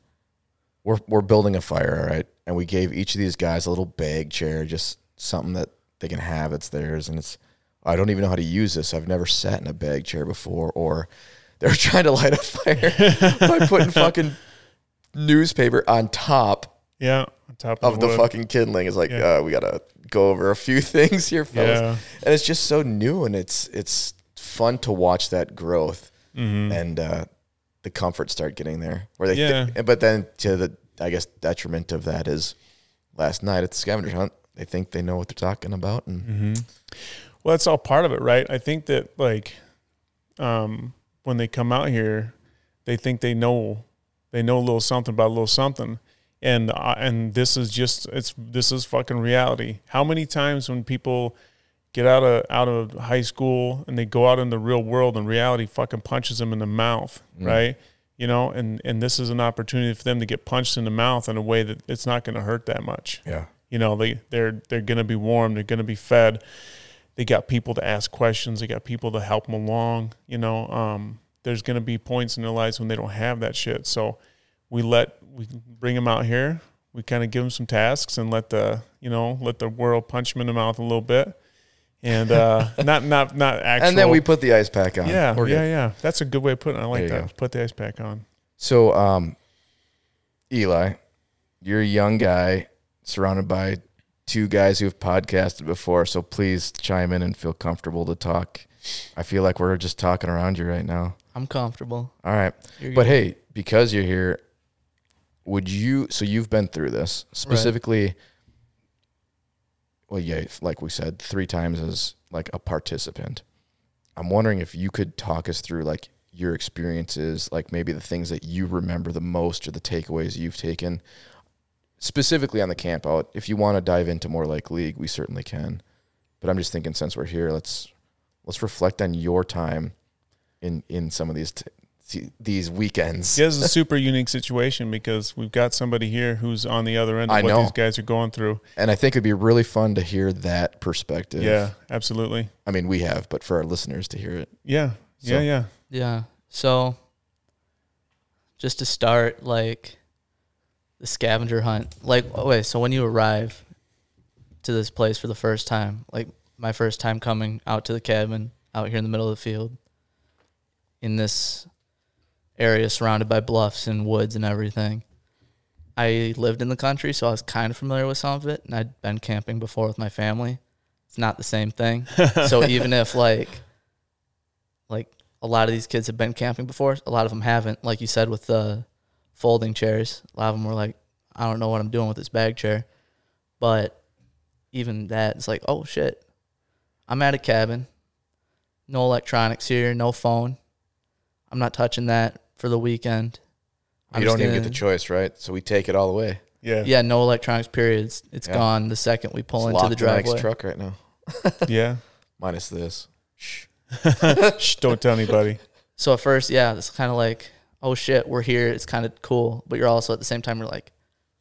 Speaker 2: we're we're building a fire, all right? And we gave each of these guys a little bag chair, just something that they can have that's theirs and it's I don't even know how to use this. I've never sat in a bag chair before or they're trying to light a fire by putting fucking newspaper on top
Speaker 1: Yeah, on top of,
Speaker 2: of the
Speaker 1: wood.
Speaker 2: fucking kindling is like uh, we gotta go over a few things here fellas
Speaker 1: Yeah.
Speaker 2: and it's just so new and it's it's fun to watch that growth and uh, the comfort start getting there where they thi-
Speaker 1: Mm-hmm. Yeah.
Speaker 2: but then to the i guess detriment of that is last night at the scavenger hunt they think they know what they're talking about and
Speaker 1: Mm-hmm. Well, that's all part of it, right? I think that like, um, when they come out here, they think they know, they know a little something about a little something, and uh, and this is just it's this is fucking reality. How many times when people get out of out of high school and they go out in the real world and reality fucking punches them in the mouth, right? You know, and and this is an opportunity for them to get punched in the mouth in a way that it's not going to hurt that much.
Speaker 2: yeah
Speaker 1: You know, they they're they're going to be warm. They're going to be fed. They got people to ask questions. They got people to help them along. You know, um, there's going to be points in their lives when they don't have that shit. So we let we bring them out here. We kind of give them some tasks and let the you know let the world punch them in the mouth a little bit, and uh, not not not actual.
Speaker 2: and then we put the ice pack on
Speaker 1: yeah yeah
Speaker 2: We're good.
Speaker 1: yeah. That's a good way of putting. it. I like
Speaker 2: There you
Speaker 1: that. Put the ice pack on.
Speaker 2: so um eli you're a young guy surrounded by two guys who have podcasted before, so please chime in and feel comfortable to talk. I feel like we're just talking around you right now.
Speaker 3: I'm comfortable.
Speaker 2: All right.
Speaker 3: You're
Speaker 2: But hey, because you're here, would you so you've been through this specifically well yeah, like we said, three times as like a participant. I'm wondering if you could talk us through like your experiences, like maybe the things that you remember the most or the takeaways you've taken specifically on the camp out. If you want to dive into more like league, we certainly can. But I'm just thinking since we're here, let's let's reflect on your time in in some of these t- see- these weekends.
Speaker 1: Yeah, this is a super unique situation because we've got somebody here who's on the other end of
Speaker 2: I
Speaker 1: what
Speaker 2: know.
Speaker 1: these guys are going through.
Speaker 2: And I think it'd be really fun to hear that perspective.
Speaker 1: Yeah, absolutely.
Speaker 2: I mean, we have, but for our listeners to hear it.
Speaker 1: Yeah, yeah,
Speaker 2: So-
Speaker 1: yeah.
Speaker 3: Yeah. So just to start, like the scavenger hunt. Like okay, so when you arrive to this place for the first time, like my first time coming out to the cabin out here in the middle of the field, in this area surrounded by bluffs and woods and everything. I lived in the country, so I was kind of familiar with some of it, and I'd been camping before with my family. It's not the same thing. so even if like like a lot of these kids have been camping before, a lot of them haven't. Like you said with the folding chairs, a lot of them were like, I don't know what I'm doing with this bag chair. But even that, it's like, oh shit, I'm at a cabin, no electronics here, no phone. I'm not touching that for the weekend.
Speaker 2: You
Speaker 3: just
Speaker 2: don't even get the
Speaker 3: gonna-
Speaker 2: choice, right? So we take it all away.
Speaker 1: Yeah.
Speaker 3: yeah, no electronics. Periods. It's
Speaker 2: Yeah.
Speaker 3: gone the second we pull
Speaker 2: It's
Speaker 3: into
Speaker 2: locked
Speaker 3: the
Speaker 2: in Mike's
Speaker 3: driveway.
Speaker 2: truck right now,
Speaker 1: Yeah.
Speaker 2: minus this. Shh.
Speaker 1: Shh, don't tell anybody.
Speaker 3: So at first, yeah, it's kind of like, oh shit, we're here. It's kind of cool, but you're also at the same time, you're like,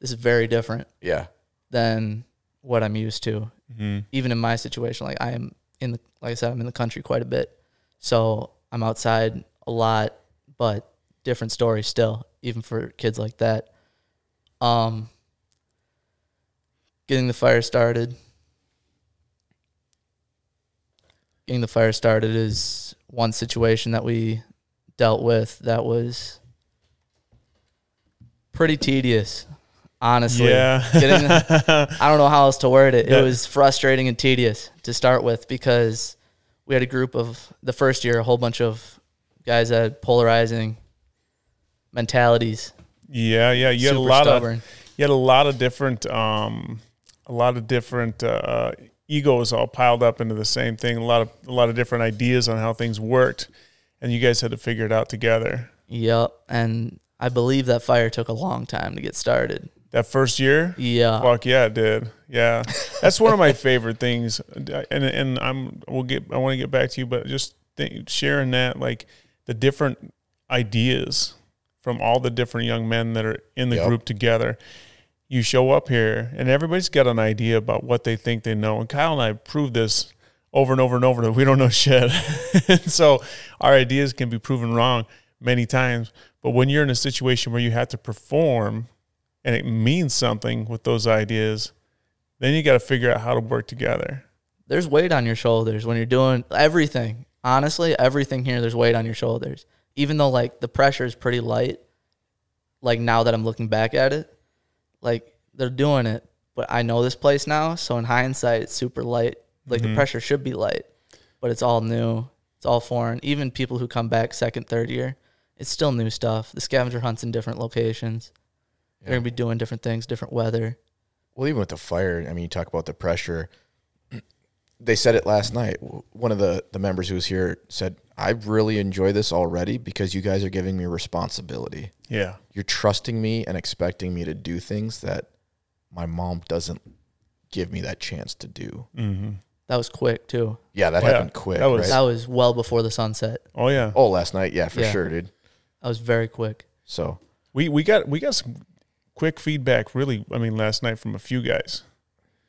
Speaker 3: this is very different
Speaker 2: Yeah.
Speaker 3: than what I'm used to.
Speaker 1: hmm
Speaker 3: Even in my situation, like I am in the, like I said, I'm in the country quite a bit, so I'm outside a lot, but different story still, even for kids like that. Um, getting the fire started. Getting the fire started is one situation that we dealt with that was pretty tedious, honestly.
Speaker 1: Yeah.
Speaker 3: Getting I don't know how else to word it.
Speaker 1: That-
Speaker 3: It was frustrating and tedious to start with because we had a group of the first year, a whole bunch of guys that had polarizing mentalities.
Speaker 1: yeah. Yeah. You had a
Speaker 3: super
Speaker 1: lot of
Speaker 3: stubborn.
Speaker 1: you had a lot of different um, a lot of different uh, egos all piled up into the same thing a lot of a lot of different ideas on how things worked and you guys had to figure it out together
Speaker 3: Yep. And I believe that fire took a long time to get started.
Speaker 1: that first year
Speaker 3: Yeah.
Speaker 1: fuck yeah it did yeah that's one of my favorite things and and i'm we'll get i want to get back to you but just think, sharing that like the different ideas from all the different young men that are in the
Speaker 2: Yep.
Speaker 1: group together you show up here and everybody's got an idea about what they think they know. And Kyle and I proved this over and over and over that we don't know shit. and so our ideas can be proven wrong many times. But when you're in a situation where you have to perform and it means something with those ideas, then you got to figure out how to work together.
Speaker 3: There's weight on your shoulders when you're doing everything. Honestly, everything here, there's weight on your shoulders. Even though like the pressure is pretty light, like now that I'm looking back at it, like they're doing it, but I know this place now, so in hindsight, it's super light. Like
Speaker 2: Mm-hmm.
Speaker 3: the pressure should be light, but it's all new. It's all foreign. Even people who come back second, third year, it's still new stuff. The scavenger hunts in different locations. They're
Speaker 2: Yeah.
Speaker 3: gonna be doing different things, different weather.
Speaker 2: Well, even with the fire, I mean, you talk about the pressure. They said it last night. W- One of the, the members who was here said, I really enjoy this already because you guys are giving me responsibility.
Speaker 1: Yeah.
Speaker 2: You're trusting me and expecting me to do things that my mom doesn't give me that chance to do.
Speaker 3: That was quick too.
Speaker 2: Yeah, that
Speaker 1: Yeah,
Speaker 2: happened quick.
Speaker 1: that was-
Speaker 2: right?
Speaker 3: That was well before the sunset.
Speaker 1: Oh, yeah.
Speaker 2: Oh, last night. Yeah, for
Speaker 3: Yeah.
Speaker 2: sure, dude.
Speaker 3: That was very quick.
Speaker 2: So,
Speaker 1: We, we got we got some quick feedback really I mean last night from a few guys.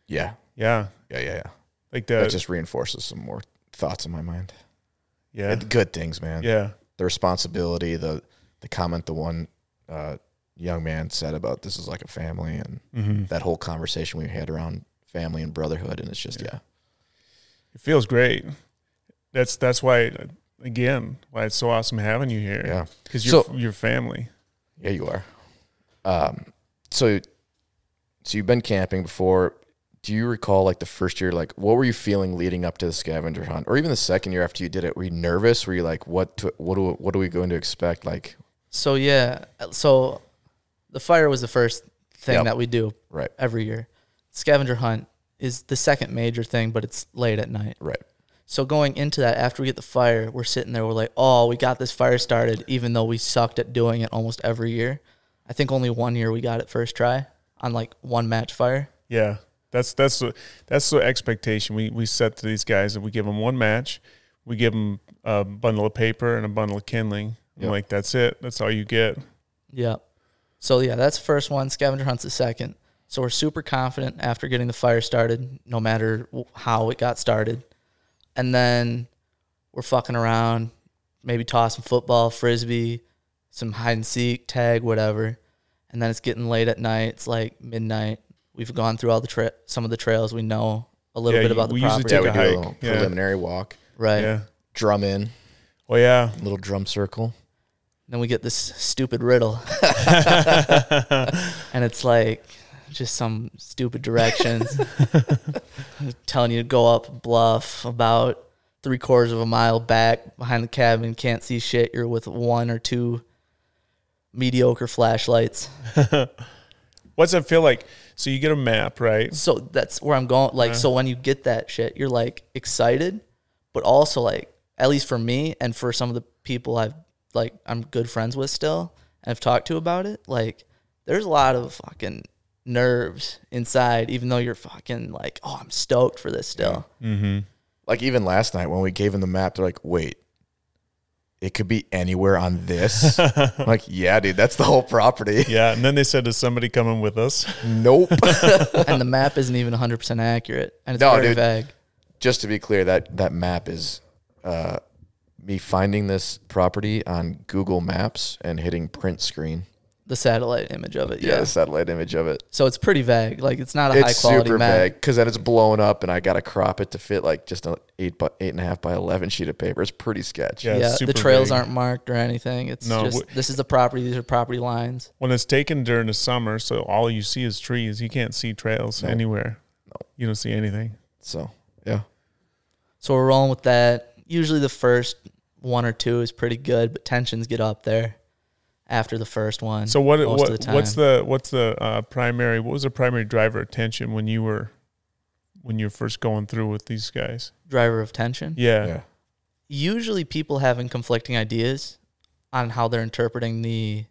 Speaker 2: yeah.
Speaker 1: Yeah.
Speaker 2: Yeah, yeah, yeah.
Speaker 1: Like
Speaker 2: That
Speaker 1: that.
Speaker 2: just reinforces some more thoughts in my mind.
Speaker 1: yeah.
Speaker 2: Good things, man.
Speaker 1: Yeah.
Speaker 2: the responsibility, the the comment the one uh, young man said about this is like a family, and
Speaker 1: Mm-hmm.
Speaker 2: that whole conversation we had around family and brotherhood, and it's just yeah,
Speaker 1: It feels great. That's that's why again why it's so awesome having you here.
Speaker 2: yeah, yeah,
Speaker 1: because you're
Speaker 2: So-
Speaker 1: your family.
Speaker 2: you are. Um, so so you've been camping before. Do you recall like the first year, like what were you feeling leading up to the scavenger hunt, or even the second year after you did it? Were you nervous? Were you like, what to, what do what are we going to expect? Like,
Speaker 3: So yeah, uh, so the fire was the first thing
Speaker 2: Yep.
Speaker 3: that we do
Speaker 2: right,
Speaker 3: every year. Scavenger hunt is the second major thing, but it's late at night.
Speaker 2: right,
Speaker 3: So going into that, after we get the fire, we're sitting there, we're like, oh, we got this fire started, even though we sucked at doing it almost every year. I think only one year we got it first try on like one match fire.
Speaker 1: Yeah, that's that's the that's the expectation we we set to these guys that we give them one match, we give them a bundle of paper and a bundle of kindling. I'm
Speaker 2: Yep.
Speaker 1: like that's it. That's all you get.
Speaker 3: Yep. So yeah, that's the first one. Scavenger hunt's the second. So we're super confident after getting the fire started, no matter w- how it got started. And then we're fucking around, maybe tossing football, frisbee, some hide and seek, tag, whatever. And then it's getting late at night. It's like midnight. We've gone through all the tra- some of the trails. We know a little
Speaker 1: Yeah,
Speaker 3: bit
Speaker 1: you-
Speaker 3: about the
Speaker 1: we usually
Speaker 3: property,
Speaker 1: Take
Speaker 2: yeah. We
Speaker 1: a
Speaker 2: do a
Speaker 1: hike,
Speaker 2: little
Speaker 1: yeah.
Speaker 2: preliminary walk,
Speaker 3: right?
Speaker 1: Yeah,
Speaker 2: drum in,
Speaker 1: Well, yeah.
Speaker 2: Little drum circle.
Speaker 3: Then we get this stupid riddle. and it's like just some stupid directions telling you to go up a bluff about three quarters of a mile back behind the cabin, can't see shit. You're with one or two mediocre flashlights.
Speaker 1: What's it feel like? So you get a map, right?
Speaker 3: So that's where I'm going. Like, so when you get that shit, you're like excited, but also like, at least for me and for some of the people I've like, I'm good friends with still and I've talked to about it. Like, there's a lot of fucking nerves inside, even though you're fucking like, oh, I'm stoked for this still.
Speaker 2: Like even last night when we gave him the map, they're like, "Wait, it could be anywhere on this." I'm like, yeah, dude, that's the whole property.
Speaker 1: Yeah. And then they said, "Is somebody coming with us?"
Speaker 2: Nope.
Speaker 3: and the map isn't even 100% accurate and it's
Speaker 2: No,
Speaker 3: very
Speaker 2: dude.
Speaker 3: vague.
Speaker 2: Just to be clear, that that map is uh, me finding this property on Google Maps and hitting print screen.
Speaker 3: The satellite image of it.
Speaker 2: Yeah,
Speaker 3: Yeah.
Speaker 2: the satellite image of it.
Speaker 3: So it's pretty vague. Like it's not a
Speaker 2: It's
Speaker 3: high quality
Speaker 2: super
Speaker 3: map.
Speaker 2: vague because then it's blown up, and I got to crop it to fit like just an eight by eight and a half by eleven sheet of paper. It's pretty sketch.
Speaker 1: Yeah.
Speaker 3: Yeah,
Speaker 1: it's
Speaker 3: the
Speaker 1: super
Speaker 3: trails
Speaker 1: vague.
Speaker 3: aren't marked or anything. It's
Speaker 1: No,
Speaker 3: just
Speaker 1: w-
Speaker 3: this is the property. These are property lines.
Speaker 1: When it's taken during the summer, so all you see is trees. You can't see trails anywhere.
Speaker 2: No.
Speaker 1: You don't see anything.
Speaker 2: So yeah,
Speaker 3: So we're rolling with that. Usually the first one or two is pretty good, but tensions get up there after the first one.
Speaker 1: So what?
Speaker 3: most
Speaker 1: what
Speaker 3: of the
Speaker 1: what's
Speaker 3: time.
Speaker 1: the what's the uh, primary? What was the primary driver of tension when you were when you're first going through with these guys?
Speaker 3: driver of tension?
Speaker 1: Yeah.
Speaker 2: yeah.
Speaker 3: usually people having conflicting ideas on how they're interpreting the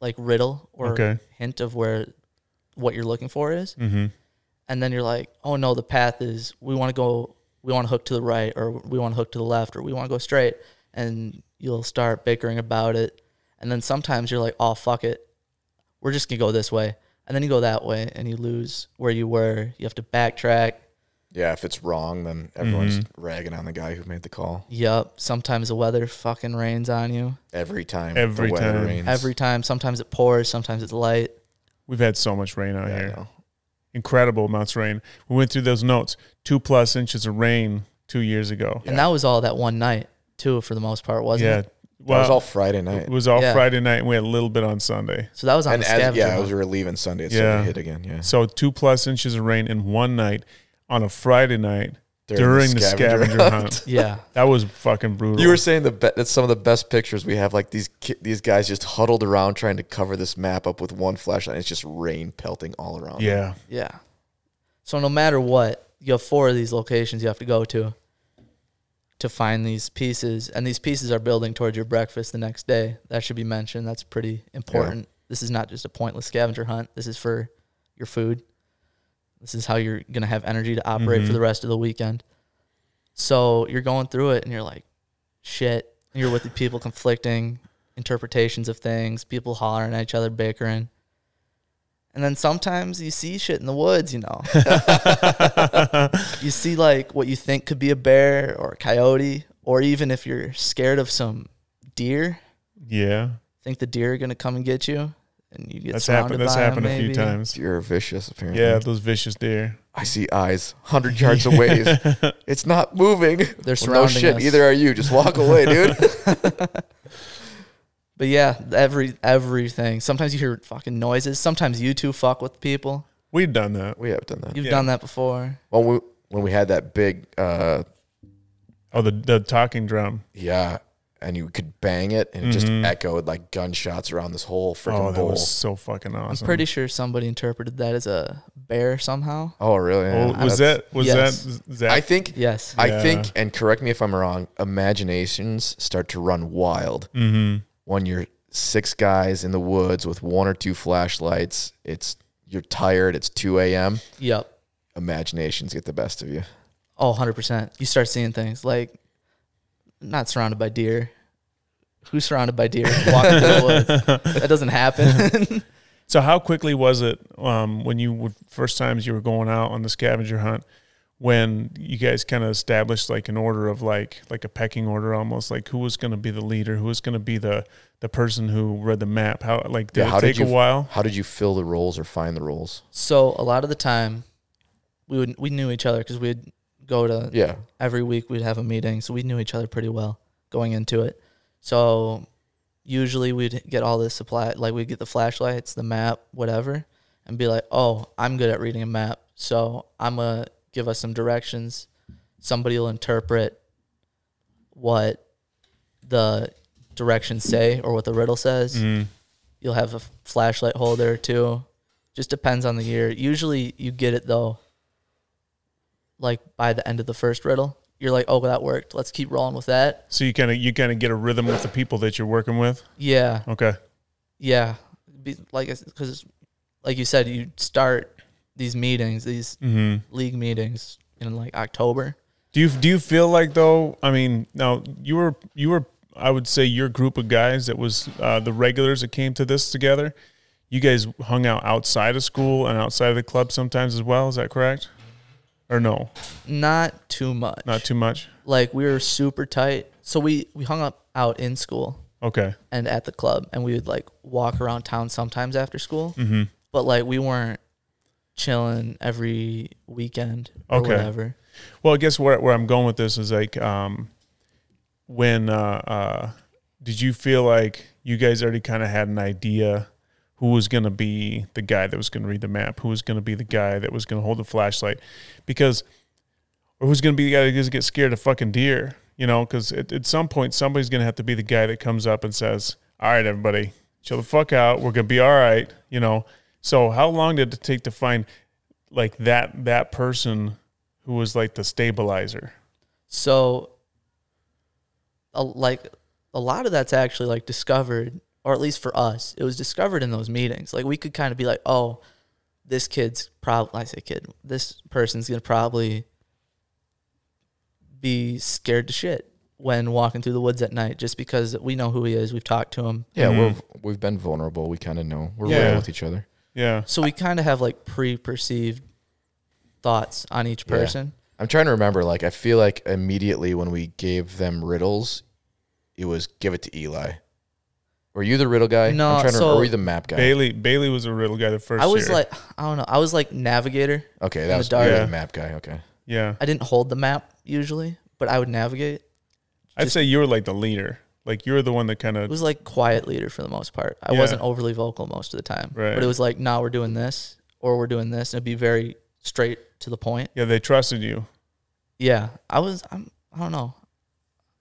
Speaker 3: like riddle or
Speaker 1: Okay.
Speaker 3: hint of where what you're looking for is
Speaker 1: Mm-hmm.
Speaker 3: and then you're like oh no the path is we want to go we want to hook to the right or we want to hook to the left or we want to go straight and you'll start bickering about it and then sometimes you're like oh fuck it we're just going to go this way and then you go that way and you lose where you were you have to backtrack
Speaker 2: Yeah, if it's wrong, then everyone's
Speaker 1: Mm-hmm.
Speaker 2: ragging on the guy who made the call
Speaker 3: yep sometimes the weather fucking rains on you
Speaker 2: every time. the
Speaker 1: Every
Speaker 2: weather
Speaker 1: time.
Speaker 2: rains.
Speaker 3: every time. Sometimes it pours, sometimes it's light.
Speaker 1: We've had so much rain out
Speaker 2: Yeah, I
Speaker 1: here.
Speaker 2: know.
Speaker 1: Incredible amounts of rain. We went through those notes. Two plus inches of rain two years ago.
Speaker 3: And that was all that one night, too, for the most part, wasn't
Speaker 1: Yeah.
Speaker 3: it?
Speaker 2: that was
Speaker 1: Well,
Speaker 2: all Friday night.
Speaker 1: it was all
Speaker 3: Yeah.
Speaker 1: Friday night, and we had a little bit on Sunday.
Speaker 3: So that was on
Speaker 2: and
Speaker 3: the
Speaker 2: as,
Speaker 3: scavenger.
Speaker 2: yeah,
Speaker 3: hunt.
Speaker 2: as we were leaving Sunday, it
Speaker 1: Yeah.
Speaker 2: started to hit again. Yeah,
Speaker 1: So two plus inches of rain in one night on a Friday night during, the scavenger, hunt.
Speaker 3: yeah.
Speaker 1: That was fucking brutal.
Speaker 2: You were saying the be- that's some of the best pictures we have. Like these ki- these guys just huddled around trying to cover this map up with one flashlight. And it's just rain pelting all around.
Speaker 1: yeah.
Speaker 3: Yeah. So no matter what, you have four of these locations you have to go to to find these pieces. And these pieces are building towards your breakfast the next day. That should be mentioned. That's pretty important. This is not just a pointless scavenger hunt. This is for your food. This is how you're going to have energy to operate for the rest of the weekend. So you're going through it and you're like, shit. And you're with the people conflicting interpretations of things, people hollering at each other, bickering. And then sometimes you see shit in the woods, you know. you see like what you think could be a bear or a coyote, or even if you're scared of some deer,
Speaker 1: Yeah.
Speaker 3: think the deer are gonna come and get you, and you get
Speaker 1: That's
Speaker 3: surrounded
Speaker 1: happened. That's
Speaker 3: by 'em,
Speaker 1: happened a few
Speaker 3: maybe.
Speaker 1: times.
Speaker 2: you're vicious apparently.
Speaker 1: Yeah, those vicious deer.
Speaker 2: I see eyes hundred yards away. It's not moving.
Speaker 3: They're
Speaker 2: no
Speaker 3: surrounding
Speaker 2: shit.
Speaker 3: us.
Speaker 2: Either are you. Just walk away, dude.
Speaker 3: But yeah, every everything. Sometimes you hear fucking noises. Sometimes you two fuck with people.
Speaker 1: We've done that.
Speaker 2: we have done that.
Speaker 3: You've
Speaker 1: Yeah.
Speaker 3: done that before.
Speaker 2: Well, we, when we had that big uh,
Speaker 1: Oh, the the talking drum.
Speaker 2: Yeah. And you could bang it and it just echoed like gunshots around this whole freaking
Speaker 1: Mm-hmm. Oh, that
Speaker 2: bowl.
Speaker 1: was so fucking awesome.
Speaker 3: Pretty sure somebody interpreted that as a bear somehow.
Speaker 2: Oh, really?
Speaker 1: Oh,
Speaker 2: Yeah.
Speaker 1: was
Speaker 2: That's-
Speaker 1: that was
Speaker 3: Yes.
Speaker 1: that Zach?
Speaker 2: I think,
Speaker 3: Yes.
Speaker 2: I
Speaker 1: Yeah.
Speaker 2: think, and correct me if I'm wrong, imaginations start to run wild
Speaker 1: mm-hmm.
Speaker 2: when you're six guys in the woods with one or two flashlights. It's, you're tired. It's 2 a.m.
Speaker 3: Yep.
Speaker 2: Imaginations get the best of you.
Speaker 3: Oh, 100%. You start seeing things like not surrounded by deer. Who's surrounded by deer walking through the woods? That doesn't happen.
Speaker 1: So how quickly was it um, when you would first times you were going out on the scavenger hunt when you guys kind of established like an order of like like a pecking order almost like who was going to be the leader, who was going to be the the person who read the map? How like did
Speaker 2: Yeah, how
Speaker 1: it
Speaker 2: did
Speaker 1: take
Speaker 2: you-
Speaker 1: a while?
Speaker 2: How did you fill the roles or find the roles?
Speaker 3: so, a lot of the time, we would we knew each other because we'd go to
Speaker 2: Yeah.
Speaker 3: every week, we'd have a meeting. So, we knew each other pretty well. going into it. So usually we'd get all this supply, like we'd get the flashlights, the map, whatever, and be like, oh, I'm good at reading a map. So I'm going to give us some directions. Somebody will interpret what the directions say or what the riddle says.
Speaker 1: Mm-hmm.
Speaker 3: You'll have a f- flashlight holder or two. Just depends on the year. Usually you get it though, like by the end of the first riddle. You're like, oh, that worked. Let's keep rolling with that.
Speaker 1: So you kind of you kind of get a rhythm with the people that you're working with.
Speaker 3: Yeah.
Speaker 1: Okay.
Speaker 3: Yeah, be, like because, like you said, you start these meetings, these
Speaker 1: Mm-hmm.
Speaker 3: league meetings in like October.
Speaker 1: Do you do you feel like though? I mean, now you were you were I would say your group of guys that was uh, the regulars that came to this together. You guys hung out outside of school and outside of the club sometimes as well. Is that correct? Or no,
Speaker 3: Not too much.
Speaker 1: not too much.
Speaker 3: like we were super tight. So we we hung up out in school
Speaker 1: Okay.
Speaker 3: and at the club, and we would like walk around town sometimes after school. Mm-hmm. But like we weren't chilling every weekend or
Speaker 1: Okay.
Speaker 3: whatever.
Speaker 1: Well, I guess where where I'm going with this is like, um, when uh, uh, did you feel like you guys already kind of had an idea who was going to be the guy that was going to read the map, who was going to be the guy that was going to hold the flashlight, because or who's going to be the guy that just gets scared of fucking deer, you know? Because at, at some point somebody's going to have to be the guy that comes up and says, "All right, everybody, chill the fuck out. We're going to be all right," you know. So how long did it take to find like that that person who was like the stabilizer.
Speaker 3: So, a, like a lot of that's actually like discovered, or at least for us, it was discovered in those meetings. Like we could kind of be like, oh, this kid's probably, I say kid, this person's gonna probably be scared to shit when walking through the woods at night, just because we know who he is, we've talked to him,
Speaker 2: Yeah,
Speaker 1: Mhm.
Speaker 2: we're we've been vulnerable. We kind of know we're
Speaker 1: Yeah.
Speaker 2: real with each other.
Speaker 1: Yeah.
Speaker 3: so we kind of have like pre-perceived thoughts on each
Speaker 2: Yeah.
Speaker 3: person.
Speaker 2: I'm trying to remember. Like, I feel like immediately when we gave them riddles, it was give it to Eli. Were you the riddle guy?
Speaker 3: No,
Speaker 2: I'm trying to
Speaker 3: so-
Speaker 2: remember. Were you the map guy?
Speaker 1: Bailey Bailey was a riddle guy the first
Speaker 3: I was
Speaker 1: year.
Speaker 3: like, I don't know, I was like navigator.
Speaker 2: Okay,
Speaker 3: in
Speaker 2: that
Speaker 3: the
Speaker 2: was
Speaker 3: dark.
Speaker 2: you were
Speaker 1: Yeah.
Speaker 2: the map guy. Okay,
Speaker 1: yeah.
Speaker 3: I didn't hold the map usually, but I would navigate.
Speaker 1: I'd
Speaker 3: just-
Speaker 1: say you were like the leader. Like you were the one that kind
Speaker 3: It
Speaker 1: of
Speaker 3: was like quiet leader for the most part. I
Speaker 1: Yeah.
Speaker 3: wasn't overly vocal most of the time,
Speaker 1: Right.
Speaker 3: but it was like, nah, we're doing this or we're doing this, and it'd be very straight to the point.
Speaker 1: yeah, they trusted you.
Speaker 3: Yeah, I was. I'm. I don't know.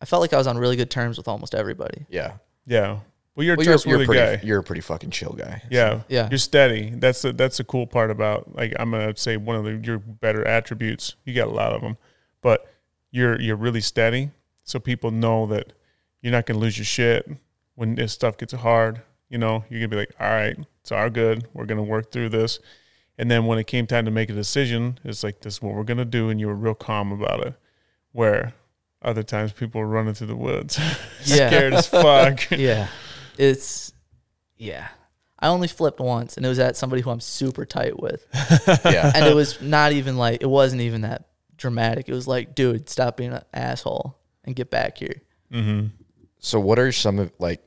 Speaker 3: I felt like I was on really good terms with almost everybody.
Speaker 2: yeah.
Speaker 1: Yeah. Well, you're a
Speaker 2: Well, you're,
Speaker 1: trustworthy
Speaker 2: you're pretty.
Speaker 1: guy.
Speaker 2: You're a pretty fucking chill guy.
Speaker 1: yeah.
Speaker 3: Yeah.
Speaker 1: You're steady. That's the that's the cool part about like I'm gonna say one of the, your better attributes. You got a lot of them, but you're you're really steady. So people know that you're not gonna lose your shit when this stuff gets hard. You know, you're gonna be like, all right, it's all good. We're gonna work through this. And then when it came time to make a decision, it's like this is what we're gonna do, and you were real calm about it. Where other times people were running through the woods,
Speaker 3: Yeah.
Speaker 1: scared as fuck.
Speaker 3: yeah. It's. Yeah. I only flipped once, and it was at somebody who I'm super tight with,
Speaker 2: yeah.
Speaker 3: and it was not even like it wasn't even that dramatic. It was like, dude, stop being an asshole and get back here.
Speaker 1: hmm
Speaker 2: So, what are some of like,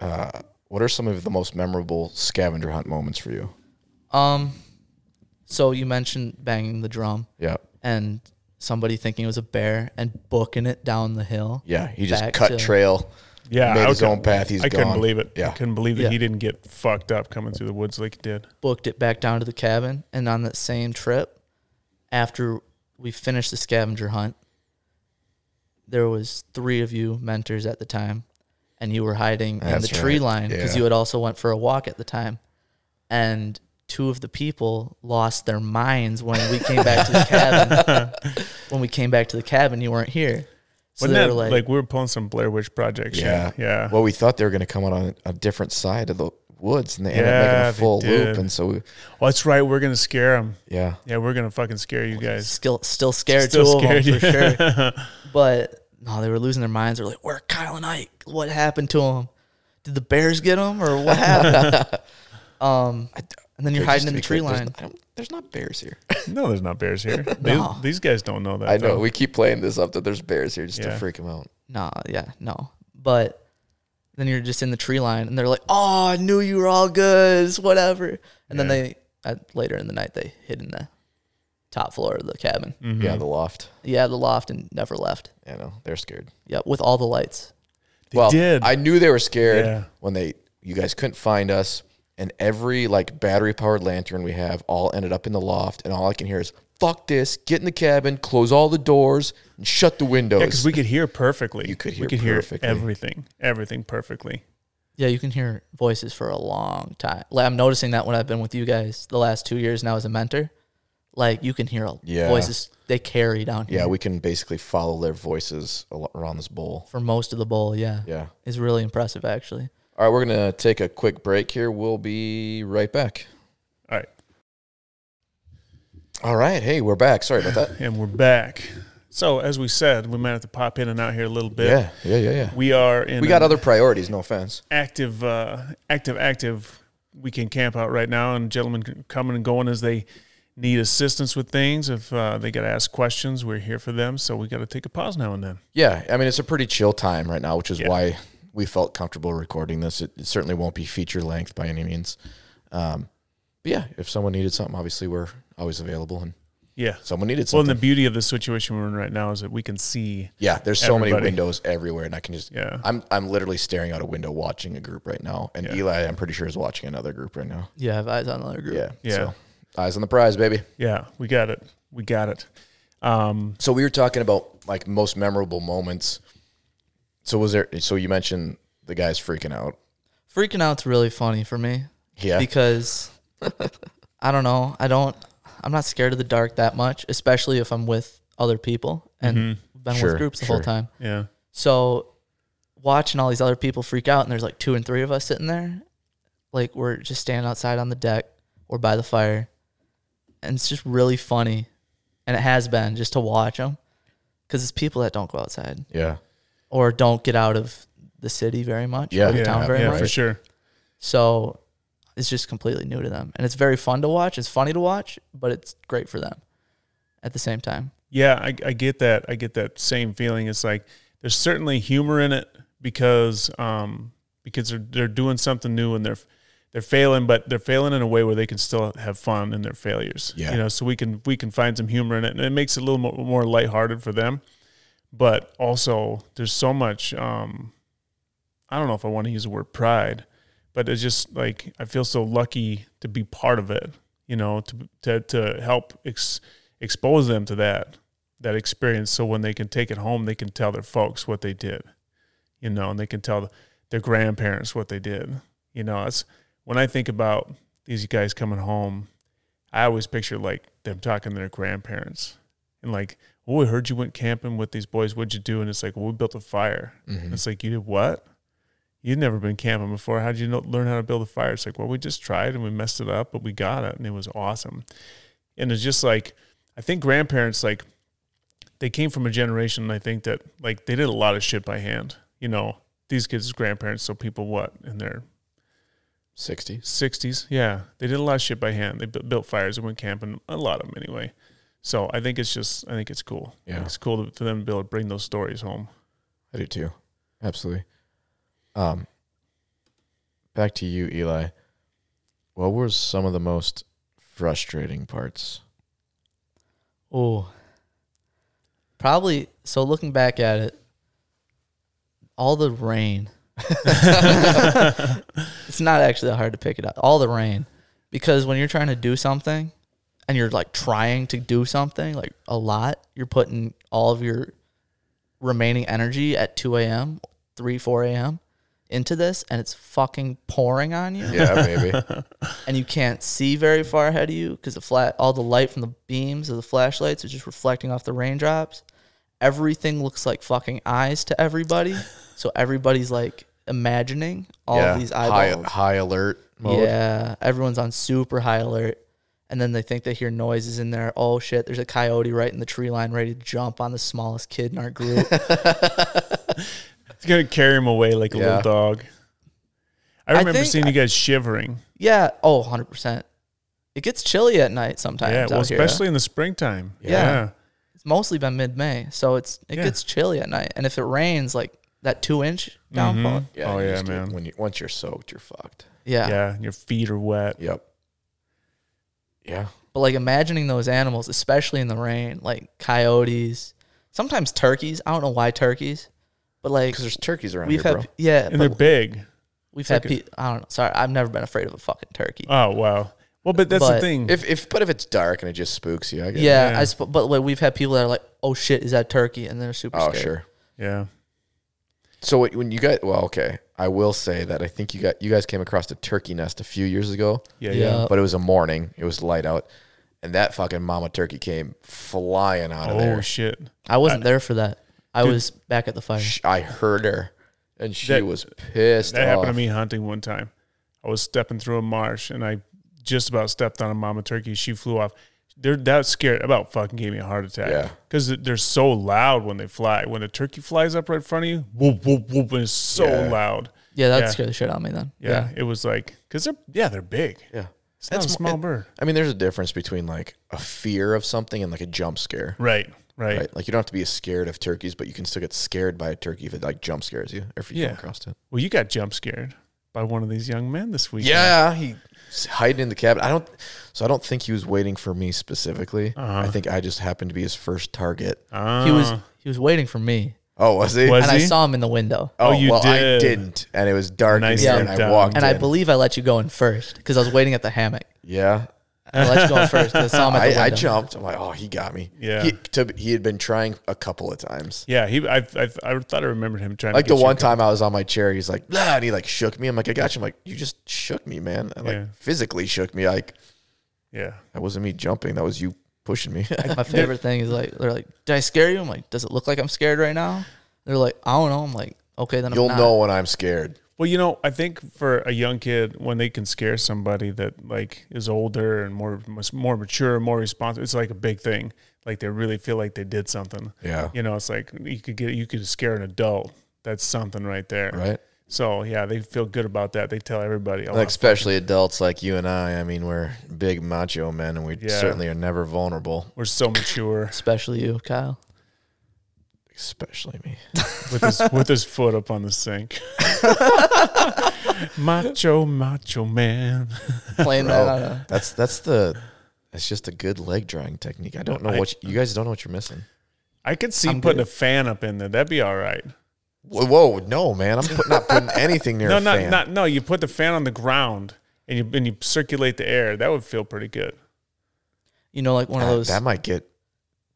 Speaker 2: uh, what are some of the most memorable scavenger hunt moments for you?
Speaker 3: Um, so you mentioned banging the drum
Speaker 2: Yeah,
Speaker 3: and somebody thinking it was a bear and booking it down the hill.
Speaker 2: yeah. He just
Speaker 3: Back
Speaker 2: cut
Speaker 3: to-
Speaker 2: trail.
Speaker 1: Yeah,
Speaker 2: made
Speaker 1: I
Speaker 2: his
Speaker 1: could-
Speaker 2: own path. He's
Speaker 1: I
Speaker 2: gone.
Speaker 1: couldn't believe it.
Speaker 2: Yeah.
Speaker 1: I couldn't believe that
Speaker 3: Yeah.
Speaker 1: he didn't get fucked up coming through the woods like he did.
Speaker 3: Booked it back down to the cabin, and on that same trip, after we finished the scavenger hunt, there was three of you mentors at the time, and you were hiding in
Speaker 2: That's
Speaker 3: the tree
Speaker 2: right.
Speaker 3: line because
Speaker 2: Yeah.
Speaker 3: you had also went for a walk at the time, and two of the people lost their minds when we came back to the cabin. when we came back to the cabin, you weren't here. So
Speaker 1: Wasn't
Speaker 3: they
Speaker 1: that
Speaker 3: were
Speaker 1: like, we were pulling some Blair Witch Project
Speaker 2: Yeah.
Speaker 1: shit? Yeah.
Speaker 2: Well, we thought they were going to come out on a different side of the woods, and they ended up
Speaker 1: Yeah,
Speaker 2: making a
Speaker 1: they
Speaker 2: full loop.
Speaker 1: did.
Speaker 2: And so, we,
Speaker 1: Well, that's right. We're gonna scare him.
Speaker 2: yeah,
Speaker 1: Yeah, we're gonna fucking scare you guys.
Speaker 3: still still scared
Speaker 1: Still
Speaker 3: two
Speaker 1: scared,
Speaker 3: of them for sure. But no, they were losing their minds. They're like, "Where Kyle and Ike? What happened to them? Did the Bears get them, or what happened?" um, and then you're
Speaker 2: Just
Speaker 3: hiding
Speaker 2: to
Speaker 3: in the
Speaker 2: be
Speaker 3: tree
Speaker 2: clear, there's
Speaker 3: line.
Speaker 2: n- I don't- There's not bears here.
Speaker 1: No, there's not bears here.
Speaker 3: No.
Speaker 1: These, these guys don't know that.
Speaker 2: I know.
Speaker 1: though.
Speaker 2: We keep playing this up that there's bears here just
Speaker 1: Yeah.
Speaker 2: to freak them out.
Speaker 3: No, yeah, no. But then you're just in the tree line, and they're like, "Oh, I knew you were all good. It's whatever." And then
Speaker 1: Yeah.
Speaker 3: they at, later in the night they hid in the top floor of the cabin.
Speaker 1: Mhm.
Speaker 2: Mm-hmm. Yeah, the loft.
Speaker 3: Yeah, the loft, and never left.
Speaker 2: You know, they're scared.
Speaker 3: Yep, with all the lights.
Speaker 2: well,
Speaker 1: did.
Speaker 2: I knew they were scared
Speaker 1: Yeah.
Speaker 2: when they you guys couldn't find us, and every like battery powered lantern we have all ended up in the loft, and all I can hear is "fuck this," get in the cabin, close all the doors, and shut the windows.
Speaker 1: Yeah, because we could hear perfectly.
Speaker 2: You could
Speaker 1: we
Speaker 2: hear
Speaker 1: could
Speaker 2: perfectly.
Speaker 1: hear everything, everything perfectly.
Speaker 3: Yeah, you can hear voices for a long time. Like I'm noticing that when I've been with you guys the last two years now as a mentor, like you can hear a-
Speaker 2: Yeah.
Speaker 3: voices they carry down here
Speaker 2: yeah, we can basically follow their voices a lo- around this bowl.
Speaker 3: for most of the bowl. Yeah,
Speaker 2: Yeah.
Speaker 3: it's really impressive actually.
Speaker 2: All right, we're gonna take a quick break here. We'll be right back.
Speaker 1: All right,
Speaker 2: All right, hey, we're back. Sorry about that.
Speaker 1: and we're back. So as we said, we might have to pop in and out here a little bit.
Speaker 2: yeah, yeah, yeah, yeah.
Speaker 1: We are in
Speaker 2: We got
Speaker 1: an
Speaker 2: other priorities. No offense.
Speaker 1: active, uh, active, active weekend camp out right now, and gentlemen can- coming and going as they need assistance with things. If uh, they got to ask questions, we're here for them. So we got to take a pause now and then.
Speaker 2: Yeah, I mean it's a pretty chill time right now, which is
Speaker 1: Yeah.
Speaker 2: why we felt comfortable recording this. It, it certainly won't be feature length by any means. Um, but yeah, if someone needed something, obviously we're always available, and
Speaker 1: Yeah.
Speaker 2: someone needed
Speaker 1: Well, and
Speaker 2: something.
Speaker 1: the beauty of the situation we're in right now is that we can see.
Speaker 2: yeah, there's so many
Speaker 1: everybody.
Speaker 2: windows everywhere, and I can just
Speaker 1: Yeah.
Speaker 2: I'm I'm literally staring out a window watching a group right now, and
Speaker 1: Yeah.
Speaker 2: Eli, I'm pretty sure is watching another group right now.
Speaker 3: Yeah, I have eyes on another group.
Speaker 2: Yeah,
Speaker 1: Yeah.
Speaker 2: So, eyes on the prize, baby.
Speaker 1: Yeah, we got it. We got it. Um,
Speaker 2: So we were talking about like most memorable moments. So was there? So you mentioned the guys freaking out.
Speaker 3: Freaking out's really funny for me
Speaker 2: Yeah.
Speaker 3: because I don't know. I don't. I'm not scared of the dark that much, especially if I'm with other people and been
Speaker 2: Mm-hmm. Sure,
Speaker 3: with groups the
Speaker 2: sure.
Speaker 3: whole time.
Speaker 1: mm-hmm, yeah.
Speaker 3: So watching all these other people freak out, and there's like two and three of us sitting there, like we're just standing outside on the deck or by the fire, and it's just really funny, and it has been just to watch them, because it's people that don't go outside
Speaker 2: yeah.
Speaker 3: or don't get out of the city very much,
Speaker 2: Yeah.
Speaker 3: or the
Speaker 1: Yeah,
Speaker 3: town very
Speaker 1: yeah,
Speaker 3: much.
Speaker 1: for sure.
Speaker 3: So it's just completely new to them, and it's very fun to watch. It's funny to watch, but it's great for them at the same time.
Speaker 1: Yeah, I, I get that. I get that same feeling. It's like there's certainly humor in it because um, because they're they're doing something new and they're they're failing, but they're failing in a way where they can still have fun in their failures.
Speaker 2: Yeah.
Speaker 1: you know, so we can we can find some humor in it, and it makes it a little more, more lighthearted for them. But also, there's so much. Um, I don't know if I want to use the word pride, but it's just like I feel so lucky to be part of it. You know, to to to help ex, expose them to that that experience, so when they can take it home, they can tell their folks what they did. You know, and they can tell their grandparents what they did. You know, it's when I think about these guys coming home, I always picture like them talking to their grandparents and like, "Oh, we heard you went camping with these boys. What'd you do?" And it's like, "Well, we built a fire."
Speaker 2: Mhm.
Speaker 1: It's like, "You did what?" You'd never been camping before. How'd you know, learn how to build a fire? It's like, well, we just tried and we messed it up, but we got it and it was awesome. And it's just like, I think grandparents, like, they came from a generation, I think, that like they did a lot of shit by hand. You know, these kids' grandparents, so people what? in their
Speaker 2: 60s.
Speaker 1: 60s. Yeah. They did a lot of shit by hand. They bu- built fires and went camping, a lot of them anyway. So I think it's just, I think it's cool. I think
Speaker 2: Yeah.
Speaker 1: It's cool to, for them to be able to bring those stories home.
Speaker 2: I do too. Absolutely. Um back to you, Eli. What were some of the most frustrating parts?
Speaker 3: Oh, probably. So looking back at it, all the rain. it's not actually that hard to pick it up. All the rain, because when you're trying to do something, and you're like trying to do something like a lot, you're putting all of your remaining energy at 2 a.m., 3, 4 a.m. into this, and it's fucking pouring on you
Speaker 2: Yeah, baby.
Speaker 3: and you can't see very far ahead of you because the flat all the light from the beams of the flashlights are just reflecting off the raindrops. Everything looks like fucking eyes to everybody, so everybody's like imagining all
Speaker 2: yeah.
Speaker 3: of these
Speaker 2: high,
Speaker 3: eyeballs.
Speaker 2: high alert mode.
Speaker 3: Yeah, everyone's on super high alert, and then they think they hear noises in there. Oh shit, there's a coyote right in the tree line, ready to jump on the smallest kid in our group.
Speaker 1: It's going to carry them away like a
Speaker 2: Yeah.
Speaker 1: little dog. I
Speaker 3: I
Speaker 1: remember
Speaker 3: think
Speaker 1: seeing
Speaker 3: I-
Speaker 1: you guys shivering.
Speaker 3: yeah, oh 100 percent. It gets chilly at night sometimes.
Speaker 1: Yeah,
Speaker 3: out
Speaker 1: well,
Speaker 3: here.
Speaker 1: especially in the springtime.
Speaker 3: Yeah. it's mostly been mid May, so it's it
Speaker 1: Yeah.
Speaker 3: gets chilly at night, and if it rains, like that two inch downpour,
Speaker 1: Mhm. oh
Speaker 2: you
Speaker 1: yeah,
Speaker 2: just get-
Speaker 1: man.
Speaker 2: When you once you're soaked, you're fucked.
Speaker 3: yeah.
Speaker 1: Yeah. and your feet are wet.
Speaker 2: Yep. Yeah.
Speaker 3: But like imagining those animals, especially in the rain, like coyotes, sometimes turkeys. I don't know why turkeys, But like
Speaker 2: because there's turkeys around
Speaker 3: we've
Speaker 2: here,
Speaker 3: had
Speaker 2: bro.
Speaker 3: yeah,
Speaker 1: and they're
Speaker 3: but
Speaker 1: big.
Speaker 3: we've had
Speaker 1: turkeys.
Speaker 3: people. I don't know. Sorry, I've never been afraid of a fucking turkey.
Speaker 1: Oh wow. Well, but that's the
Speaker 3: But
Speaker 1: thing.
Speaker 2: If if but if it's dark and it just spooks you, I guess.
Speaker 3: yeah,
Speaker 1: yeah.
Speaker 3: I sp- but like we've had people that are like, oh shit, is that turkey? And they're super
Speaker 2: Oh
Speaker 3: scared.
Speaker 2: sure.
Speaker 1: yeah.
Speaker 2: So what- when you got well, okay, I will say that I think you got you guys came across a turkey nest a few years ago,
Speaker 1: Yeah. Yeah.
Speaker 3: Yeah.
Speaker 2: Uh, but it was a morning, it was light out, and that fucking mama turkey came flying out of
Speaker 1: Oh
Speaker 2: there.
Speaker 1: shit.
Speaker 3: I wasn't there for that. I
Speaker 1: Dude.
Speaker 3: was back at the fire.
Speaker 2: Sh- I heard her, and she
Speaker 1: That-
Speaker 2: was pissed.
Speaker 1: That happened to
Speaker 2: off.
Speaker 1: me hunting one time. I was stepping through a marsh and I just about stepped on a mama turkey. She flew off. They're, that scared about fucking gave me a heart attack.
Speaker 2: Yeah.
Speaker 1: Because they're so loud when they fly. When the turkey flies up right in front of you, whoop, whoop, whoop, and it's so
Speaker 2: Yeah.
Speaker 1: loud.
Speaker 3: Yeah, that
Speaker 1: Yeah.
Speaker 3: scared the shit out of me then.
Speaker 1: Yeah, It was like, because they're, yeah, they're big.
Speaker 2: Yeah,
Speaker 1: It's not a
Speaker 2: That's-
Speaker 1: small
Speaker 2: it-
Speaker 1: bird.
Speaker 2: I mean, there's a difference between like a fear of something and like a jump scare,
Speaker 1: Right. Right.
Speaker 2: right? Like you don't have to be scared of turkeys, but you can still get scared by a turkey if it like jump scares you, or if you
Speaker 1: Yeah.
Speaker 2: come across it.
Speaker 1: Well, you got jump scared by one of these young men this weekend.
Speaker 2: Yeah, he he's hiding in the cabin. I don't. So I don't think he was waiting for me specifically.
Speaker 1: Uh-huh.
Speaker 2: I think I just happened to be his first target.
Speaker 1: Ah.
Speaker 3: He was he was waiting for me,
Speaker 2: Oh, was he?
Speaker 1: Was
Speaker 3: and I
Speaker 1: he?
Speaker 3: saw him in the window.
Speaker 1: Oh, you
Speaker 2: well, I
Speaker 1: did.
Speaker 2: didn't, and it was dark
Speaker 1: Nice
Speaker 2: in there, and
Speaker 1: and
Speaker 2: I
Speaker 1: done.
Speaker 2: walked
Speaker 3: And
Speaker 2: in.
Speaker 3: I believe I let you go in first because I was waiting at the hammock.
Speaker 2: yeah.
Speaker 3: I let you go in first. 'cause I saw him at the
Speaker 2: I,
Speaker 3: window.
Speaker 2: I jumped. I'm like, oh, he got me.
Speaker 1: Yeah.
Speaker 2: He, to, he had been trying a couple of times.
Speaker 1: Yeah, he. I, I, I thought I remembered him trying.
Speaker 2: Like
Speaker 1: to
Speaker 2: the
Speaker 1: get you
Speaker 2: one
Speaker 1: a
Speaker 2: time I was on my chair, he's like, nah, and he like shook me. I'm like, I got you. I'm like, you just shook me, man. I like
Speaker 1: Yeah.
Speaker 2: physically shook me. Like
Speaker 1: co- Yeah,
Speaker 2: that wasn't me jumping. That was you pushing me.
Speaker 3: My favorite thing is like they're like, "Did I scare you?" I'm like, "Does it look like I'm scared right now?" They're like, "I don't know." I'm like, "Okay, then
Speaker 2: You'll
Speaker 3: I'm not."
Speaker 2: know when I'm scared.
Speaker 1: Well, you know, I think for a young kid, when they can scare somebody that like is older and more more mature, more responsive, it's like a big thing. Like they really feel like they did something.
Speaker 2: Yeah.
Speaker 1: You know, it's like you could get you could scare an adult. That's something right there.
Speaker 2: Right.
Speaker 1: So yeah, they feel good about that. They tell everybody. Oh,
Speaker 2: Like especially adults like you and I. I mean, we're big macho men, and we
Speaker 1: Yeah.
Speaker 2: certainly are never vulnerable.
Speaker 1: we're so mature
Speaker 3: Especially you, Kyle.
Speaker 2: Especially me.
Speaker 1: with his with his foot up on the sink. macho, macho man.
Speaker 3: Playing that on
Speaker 2: Bro,
Speaker 3: a,
Speaker 2: that's that's the. That's just a good leg drawing technique. I don't know
Speaker 1: I-
Speaker 2: what you, you guys don't know what you're missing.
Speaker 1: I could see
Speaker 3: I'm
Speaker 1: putting
Speaker 3: good.
Speaker 1: a fan up in there. That'd be all right.
Speaker 2: Whoa, whoa no, man! I'm put, not putting anything near
Speaker 1: No,
Speaker 2: a
Speaker 1: not
Speaker 2: fan.
Speaker 1: not no. You put the fan on the ground and you and you circulate the air. That would feel pretty good.
Speaker 3: you know, like one of
Speaker 2: Ah,
Speaker 3: those.
Speaker 2: that might get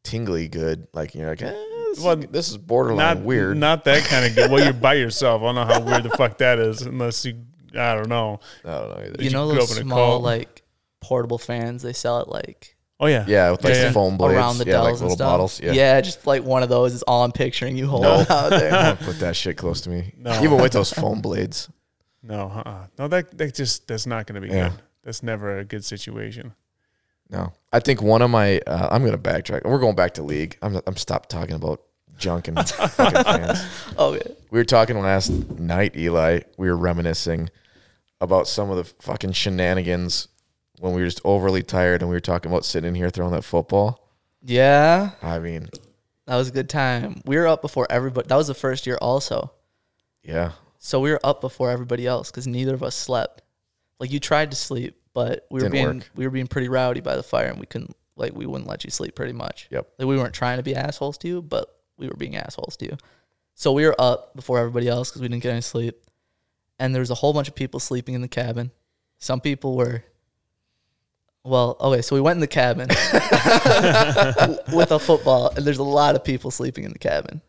Speaker 2: tingly good. Like you're like, eh, this,
Speaker 1: Well,
Speaker 2: is, this is borderline
Speaker 1: Not
Speaker 2: weird.
Speaker 1: Not that kind of good. Well, you're by yourself. I don't know how weird the fuck that is. Unless you, I don't know.
Speaker 2: I don't know either.
Speaker 3: you know
Speaker 1: you
Speaker 3: those
Speaker 1: go up in a
Speaker 3: small
Speaker 1: cult.
Speaker 3: like portable fans they sell at like
Speaker 1: Oh yeah,
Speaker 2: yeah, with like
Speaker 1: Yeah, yeah.
Speaker 2: foam blades,
Speaker 3: around the
Speaker 2: yeah, like
Speaker 3: dells
Speaker 2: little
Speaker 3: and stuff.
Speaker 2: bottles. Yeah,
Speaker 3: just like one of those is all I'm picturing you holding
Speaker 2: No.
Speaker 3: out there.
Speaker 2: Don't put that shit close to me.
Speaker 1: No.
Speaker 2: Even with those foam blades.
Speaker 1: No, uh-uh. no. That that just that's not going to be
Speaker 2: Yeah.
Speaker 1: good. That's never a good situation.
Speaker 2: No, I think one of my. Uh, I'm gonna backtrack. We're going back to league. I'm. I'm stopped talking about junk and fucking fans.
Speaker 3: Oh yeah.
Speaker 2: We were talking last night, Eli. We were reminiscing about some of the fucking shenanigans when we were just overly tired and we were talking about sitting in here throwing that football.
Speaker 3: Yeah.
Speaker 2: I mean,
Speaker 3: That was a good time. We were up before everybody. That was the first year also.
Speaker 2: yeah,
Speaker 3: So we were up before everybody else because neither of us slept. Like you tried to sleep, but we were
Speaker 2: Didn't
Speaker 3: being
Speaker 2: work.
Speaker 3: we were being pretty rowdy by the fire, and we couldn't like we wouldn't let you sleep pretty much.
Speaker 2: Yep.
Speaker 3: Like we weren't trying to be assholes to you, but we were being assholes to you. So we were up before everybody else because we didn't get any sleep, and there was a whole bunch of people sleeping in the cabin. Some people were. Well, okay, so we went in the cabin with a football, and there's a lot of people sleeping in the cabin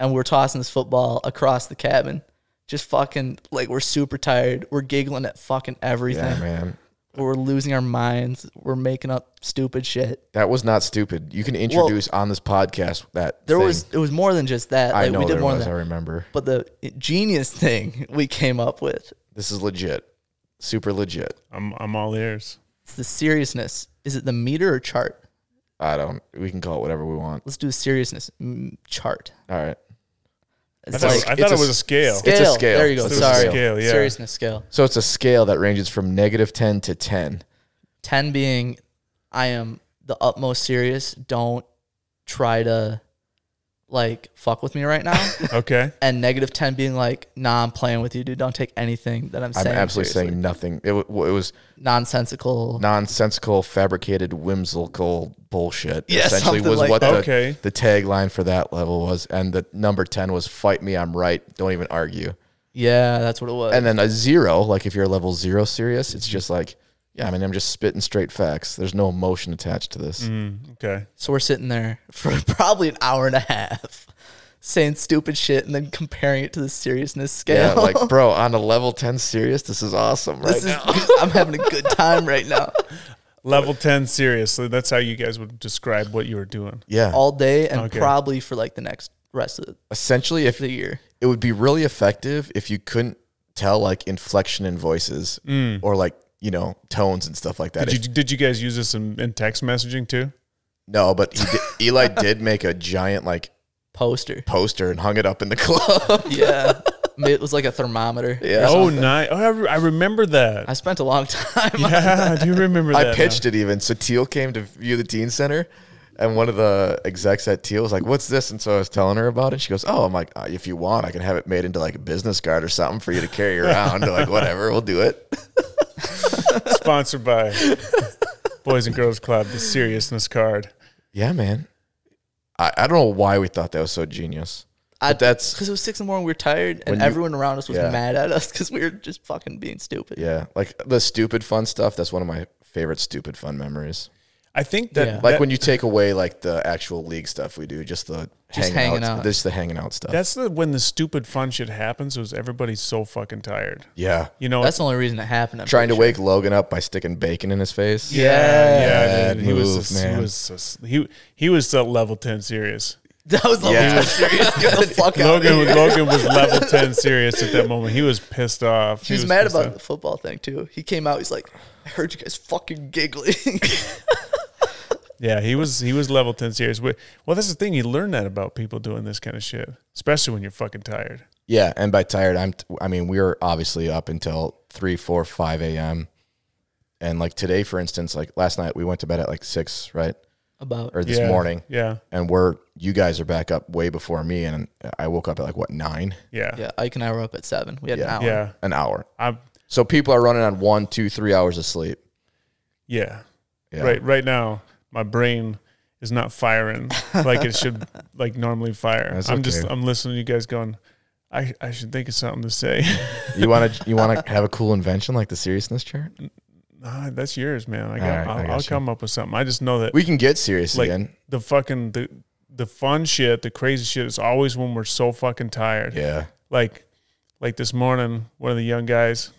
Speaker 3: and we're tossing this football across the cabin. Just fucking like we're super tired. We're giggling at fucking everything.
Speaker 2: yeah, man.
Speaker 3: We're losing our minds. We're making up stupid shit.
Speaker 2: That was not stupid. You can introduce on this podcast that
Speaker 3: There
Speaker 2: thing.
Speaker 3: was it was more than just that.
Speaker 2: I
Speaker 3: Like
Speaker 2: know
Speaker 3: we
Speaker 2: there
Speaker 3: did more
Speaker 2: was. I
Speaker 3: than that.
Speaker 2: remember.
Speaker 3: But the genius thing we came up with
Speaker 2: This is legit. Super legit.
Speaker 1: I'm I'm all ears.
Speaker 3: is the seriousness. Is it the meter or chart?
Speaker 2: I don't. We can call it whatever we want.
Speaker 3: Let's do the seriousness mm, chart.
Speaker 2: All right.
Speaker 1: I
Speaker 3: It's
Speaker 1: thought,
Speaker 3: like
Speaker 1: I thought
Speaker 2: it's
Speaker 1: it
Speaker 2: a
Speaker 1: was a scale.
Speaker 3: scale.
Speaker 2: It's a scale.
Speaker 3: There you go.
Speaker 2: It's
Speaker 1: a
Speaker 3: Sorry.
Speaker 1: scale, yeah.
Speaker 3: Seriousness scale.
Speaker 2: So it's a scale that ranges from negative 10 to 10.
Speaker 3: 10 being I am the utmost serious. Don't try to like fuck with me right now,
Speaker 1: Okay.
Speaker 3: and negative ten being like, nah, I'm playing with you, dude. Don't take anything that I'm
Speaker 2: I'm
Speaker 3: saying.
Speaker 2: absolutely
Speaker 3: seriously."
Speaker 2: saying nothing. It, wa- it was
Speaker 3: nonsensical.
Speaker 2: nonsensical, fabricated, whimsical bullshit.
Speaker 3: Yeah,
Speaker 2: essentially
Speaker 3: something
Speaker 2: was
Speaker 3: like
Speaker 2: what
Speaker 1: that.
Speaker 2: the,
Speaker 1: Okay.
Speaker 2: the tagline for that level was, and the number ten was "Fight me, I'm right. Don't even argue."
Speaker 3: yeah, that's what it was.
Speaker 2: And then a zero, like if you're a level zero serious, it's just like, yeah, I mean, I'm just spitting straight facts. There's no emotion attached to this.
Speaker 1: Mm, okay.
Speaker 3: so we're sitting there for probably an hour and a half saying stupid shit and then comparing it to the seriousness
Speaker 2: Yeah,
Speaker 3: scale.
Speaker 2: like bro, on a level ten serious, this is awesome, right?
Speaker 3: this is, I'm having a good time right now.
Speaker 1: Level 10, seriously. That's how you guys would describe what you were doing.
Speaker 2: yeah,
Speaker 3: All day and
Speaker 1: Okay.
Speaker 3: probably for like the next rest of
Speaker 2: essentially, if
Speaker 3: the year.
Speaker 2: it would be really effective if you couldn't tell like inflection in voices or like you know tones and stuff like that.
Speaker 1: Did
Speaker 2: If-
Speaker 1: Mm. you, did you guys use this in, in text messaging too?
Speaker 2: no, but he did, Eli did make a giant like
Speaker 3: Poster.
Speaker 2: poster and hung it up in the club.
Speaker 3: Yeah. I mean, it was like a thermometer.
Speaker 2: Yeah.
Speaker 1: Oh, nice. Oh, I, re- I remember that.
Speaker 3: I spent a long time.
Speaker 1: yeah, I do remember that. uh,
Speaker 2: I pitched it even. So Teal came to view the teen center, and one of the execs at Teal was like, "What's this?" And so I was telling her about it. She goes, "Oh, I'm like, uh, if you want, I can have it made into like a business card or something for you to carry around. like, whatever, we'll do it."
Speaker 1: Now. Sponsored by Boys and Girls Club, the seriousness card.
Speaker 2: Yeah, man. I, I don't know why we thought that was so genius.
Speaker 3: I,
Speaker 2: But that's
Speaker 3: because it was six in the morning, we were tired, and
Speaker 2: When you-
Speaker 3: everyone around us was
Speaker 2: Yeah.
Speaker 3: mad at us because we were just fucking being stupid.
Speaker 2: yeah, like the stupid fun stuff. That's one of my favorite stupid fun memories.
Speaker 1: I think that.
Speaker 3: Yeah.
Speaker 2: Like
Speaker 1: that-
Speaker 2: when you take away like the actual league stuff we do, just the
Speaker 3: Just hanging out.
Speaker 2: just the hanging out stuff.
Speaker 1: That's the, when the stupid fun shit happens. Was everybody's so fucking tired?
Speaker 2: yeah,
Speaker 1: You know,
Speaker 3: That's the only reason it happened. I'm
Speaker 2: trying to
Speaker 3: pretty sure.
Speaker 2: wake Logan up by sticking bacon in his face.
Speaker 1: yeah, yeah.
Speaker 2: Bad
Speaker 1: dude. he was
Speaker 2: move,
Speaker 1: a-
Speaker 2: man.
Speaker 1: he was a s- he he was still level ten serious.
Speaker 3: That was the
Speaker 2: Yeah.
Speaker 3: yeah. serious. Get the fuck out.
Speaker 1: Logan was Logan was level ten serious at that moment. He was pissed off.
Speaker 3: He was mad about the football thing too. He came out. He's like, "I heard you guys fucking giggling."
Speaker 1: Yeah, he was he was level ten serious. We- Well, that's the thing. You learn that about people doing this kind of shit, especially when you're fucking tired.
Speaker 2: Yeah, and by tired, I'm. T- I mean, we were obviously up until three, four, five a.m. And like today, for instance, like last night, we went to bed at like six, right,
Speaker 3: About
Speaker 2: or this
Speaker 1: Yeah,
Speaker 2: morning,
Speaker 1: Yeah,
Speaker 2: and we're you guys are back up way before me, and I woke up at like what nine,
Speaker 1: yeah, yeah.
Speaker 3: yeah, Ike and I were up at seven. We had
Speaker 2: Yeah.
Speaker 3: an hour.
Speaker 1: yeah.
Speaker 2: an hour.
Speaker 1: I'm
Speaker 2: So people are running on one, two, three hours of sleep.
Speaker 1: yeah.
Speaker 2: Yeah.
Speaker 1: Right right now, my brain is not firing like it should like normally fire.
Speaker 2: That's
Speaker 1: I'm just
Speaker 2: okay.
Speaker 1: I'm listening to you guys going. I, I should think of something to say.
Speaker 2: You want to you want to have a cool invention like the seriousness chart?
Speaker 1: nah, that's yours, man. I
Speaker 2: All
Speaker 1: got.
Speaker 2: right, I
Speaker 1: I'll,
Speaker 2: got
Speaker 1: I'll
Speaker 2: you.
Speaker 1: come up with something. I just know that
Speaker 2: We can get serious
Speaker 1: Like-
Speaker 2: again.
Speaker 1: the fucking the the fun shit, the crazy shit is always when we're so fucking tired.
Speaker 2: Yeah.
Speaker 1: Like like this morning, one of the young guys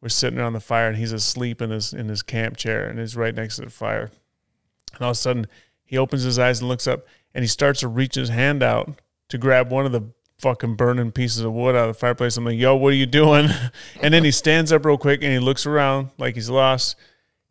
Speaker 1: we're sitting around the fire and he's asleep in his in his camp chair and he's right next to the fire. And all of a sudden he opens his eyes and looks up and he starts to reach his hand out to grab one of the fucking burning pieces of wood out of the fireplace. I'm like, yo, what are you doing? And then he stands up real quick and he looks around like he's lost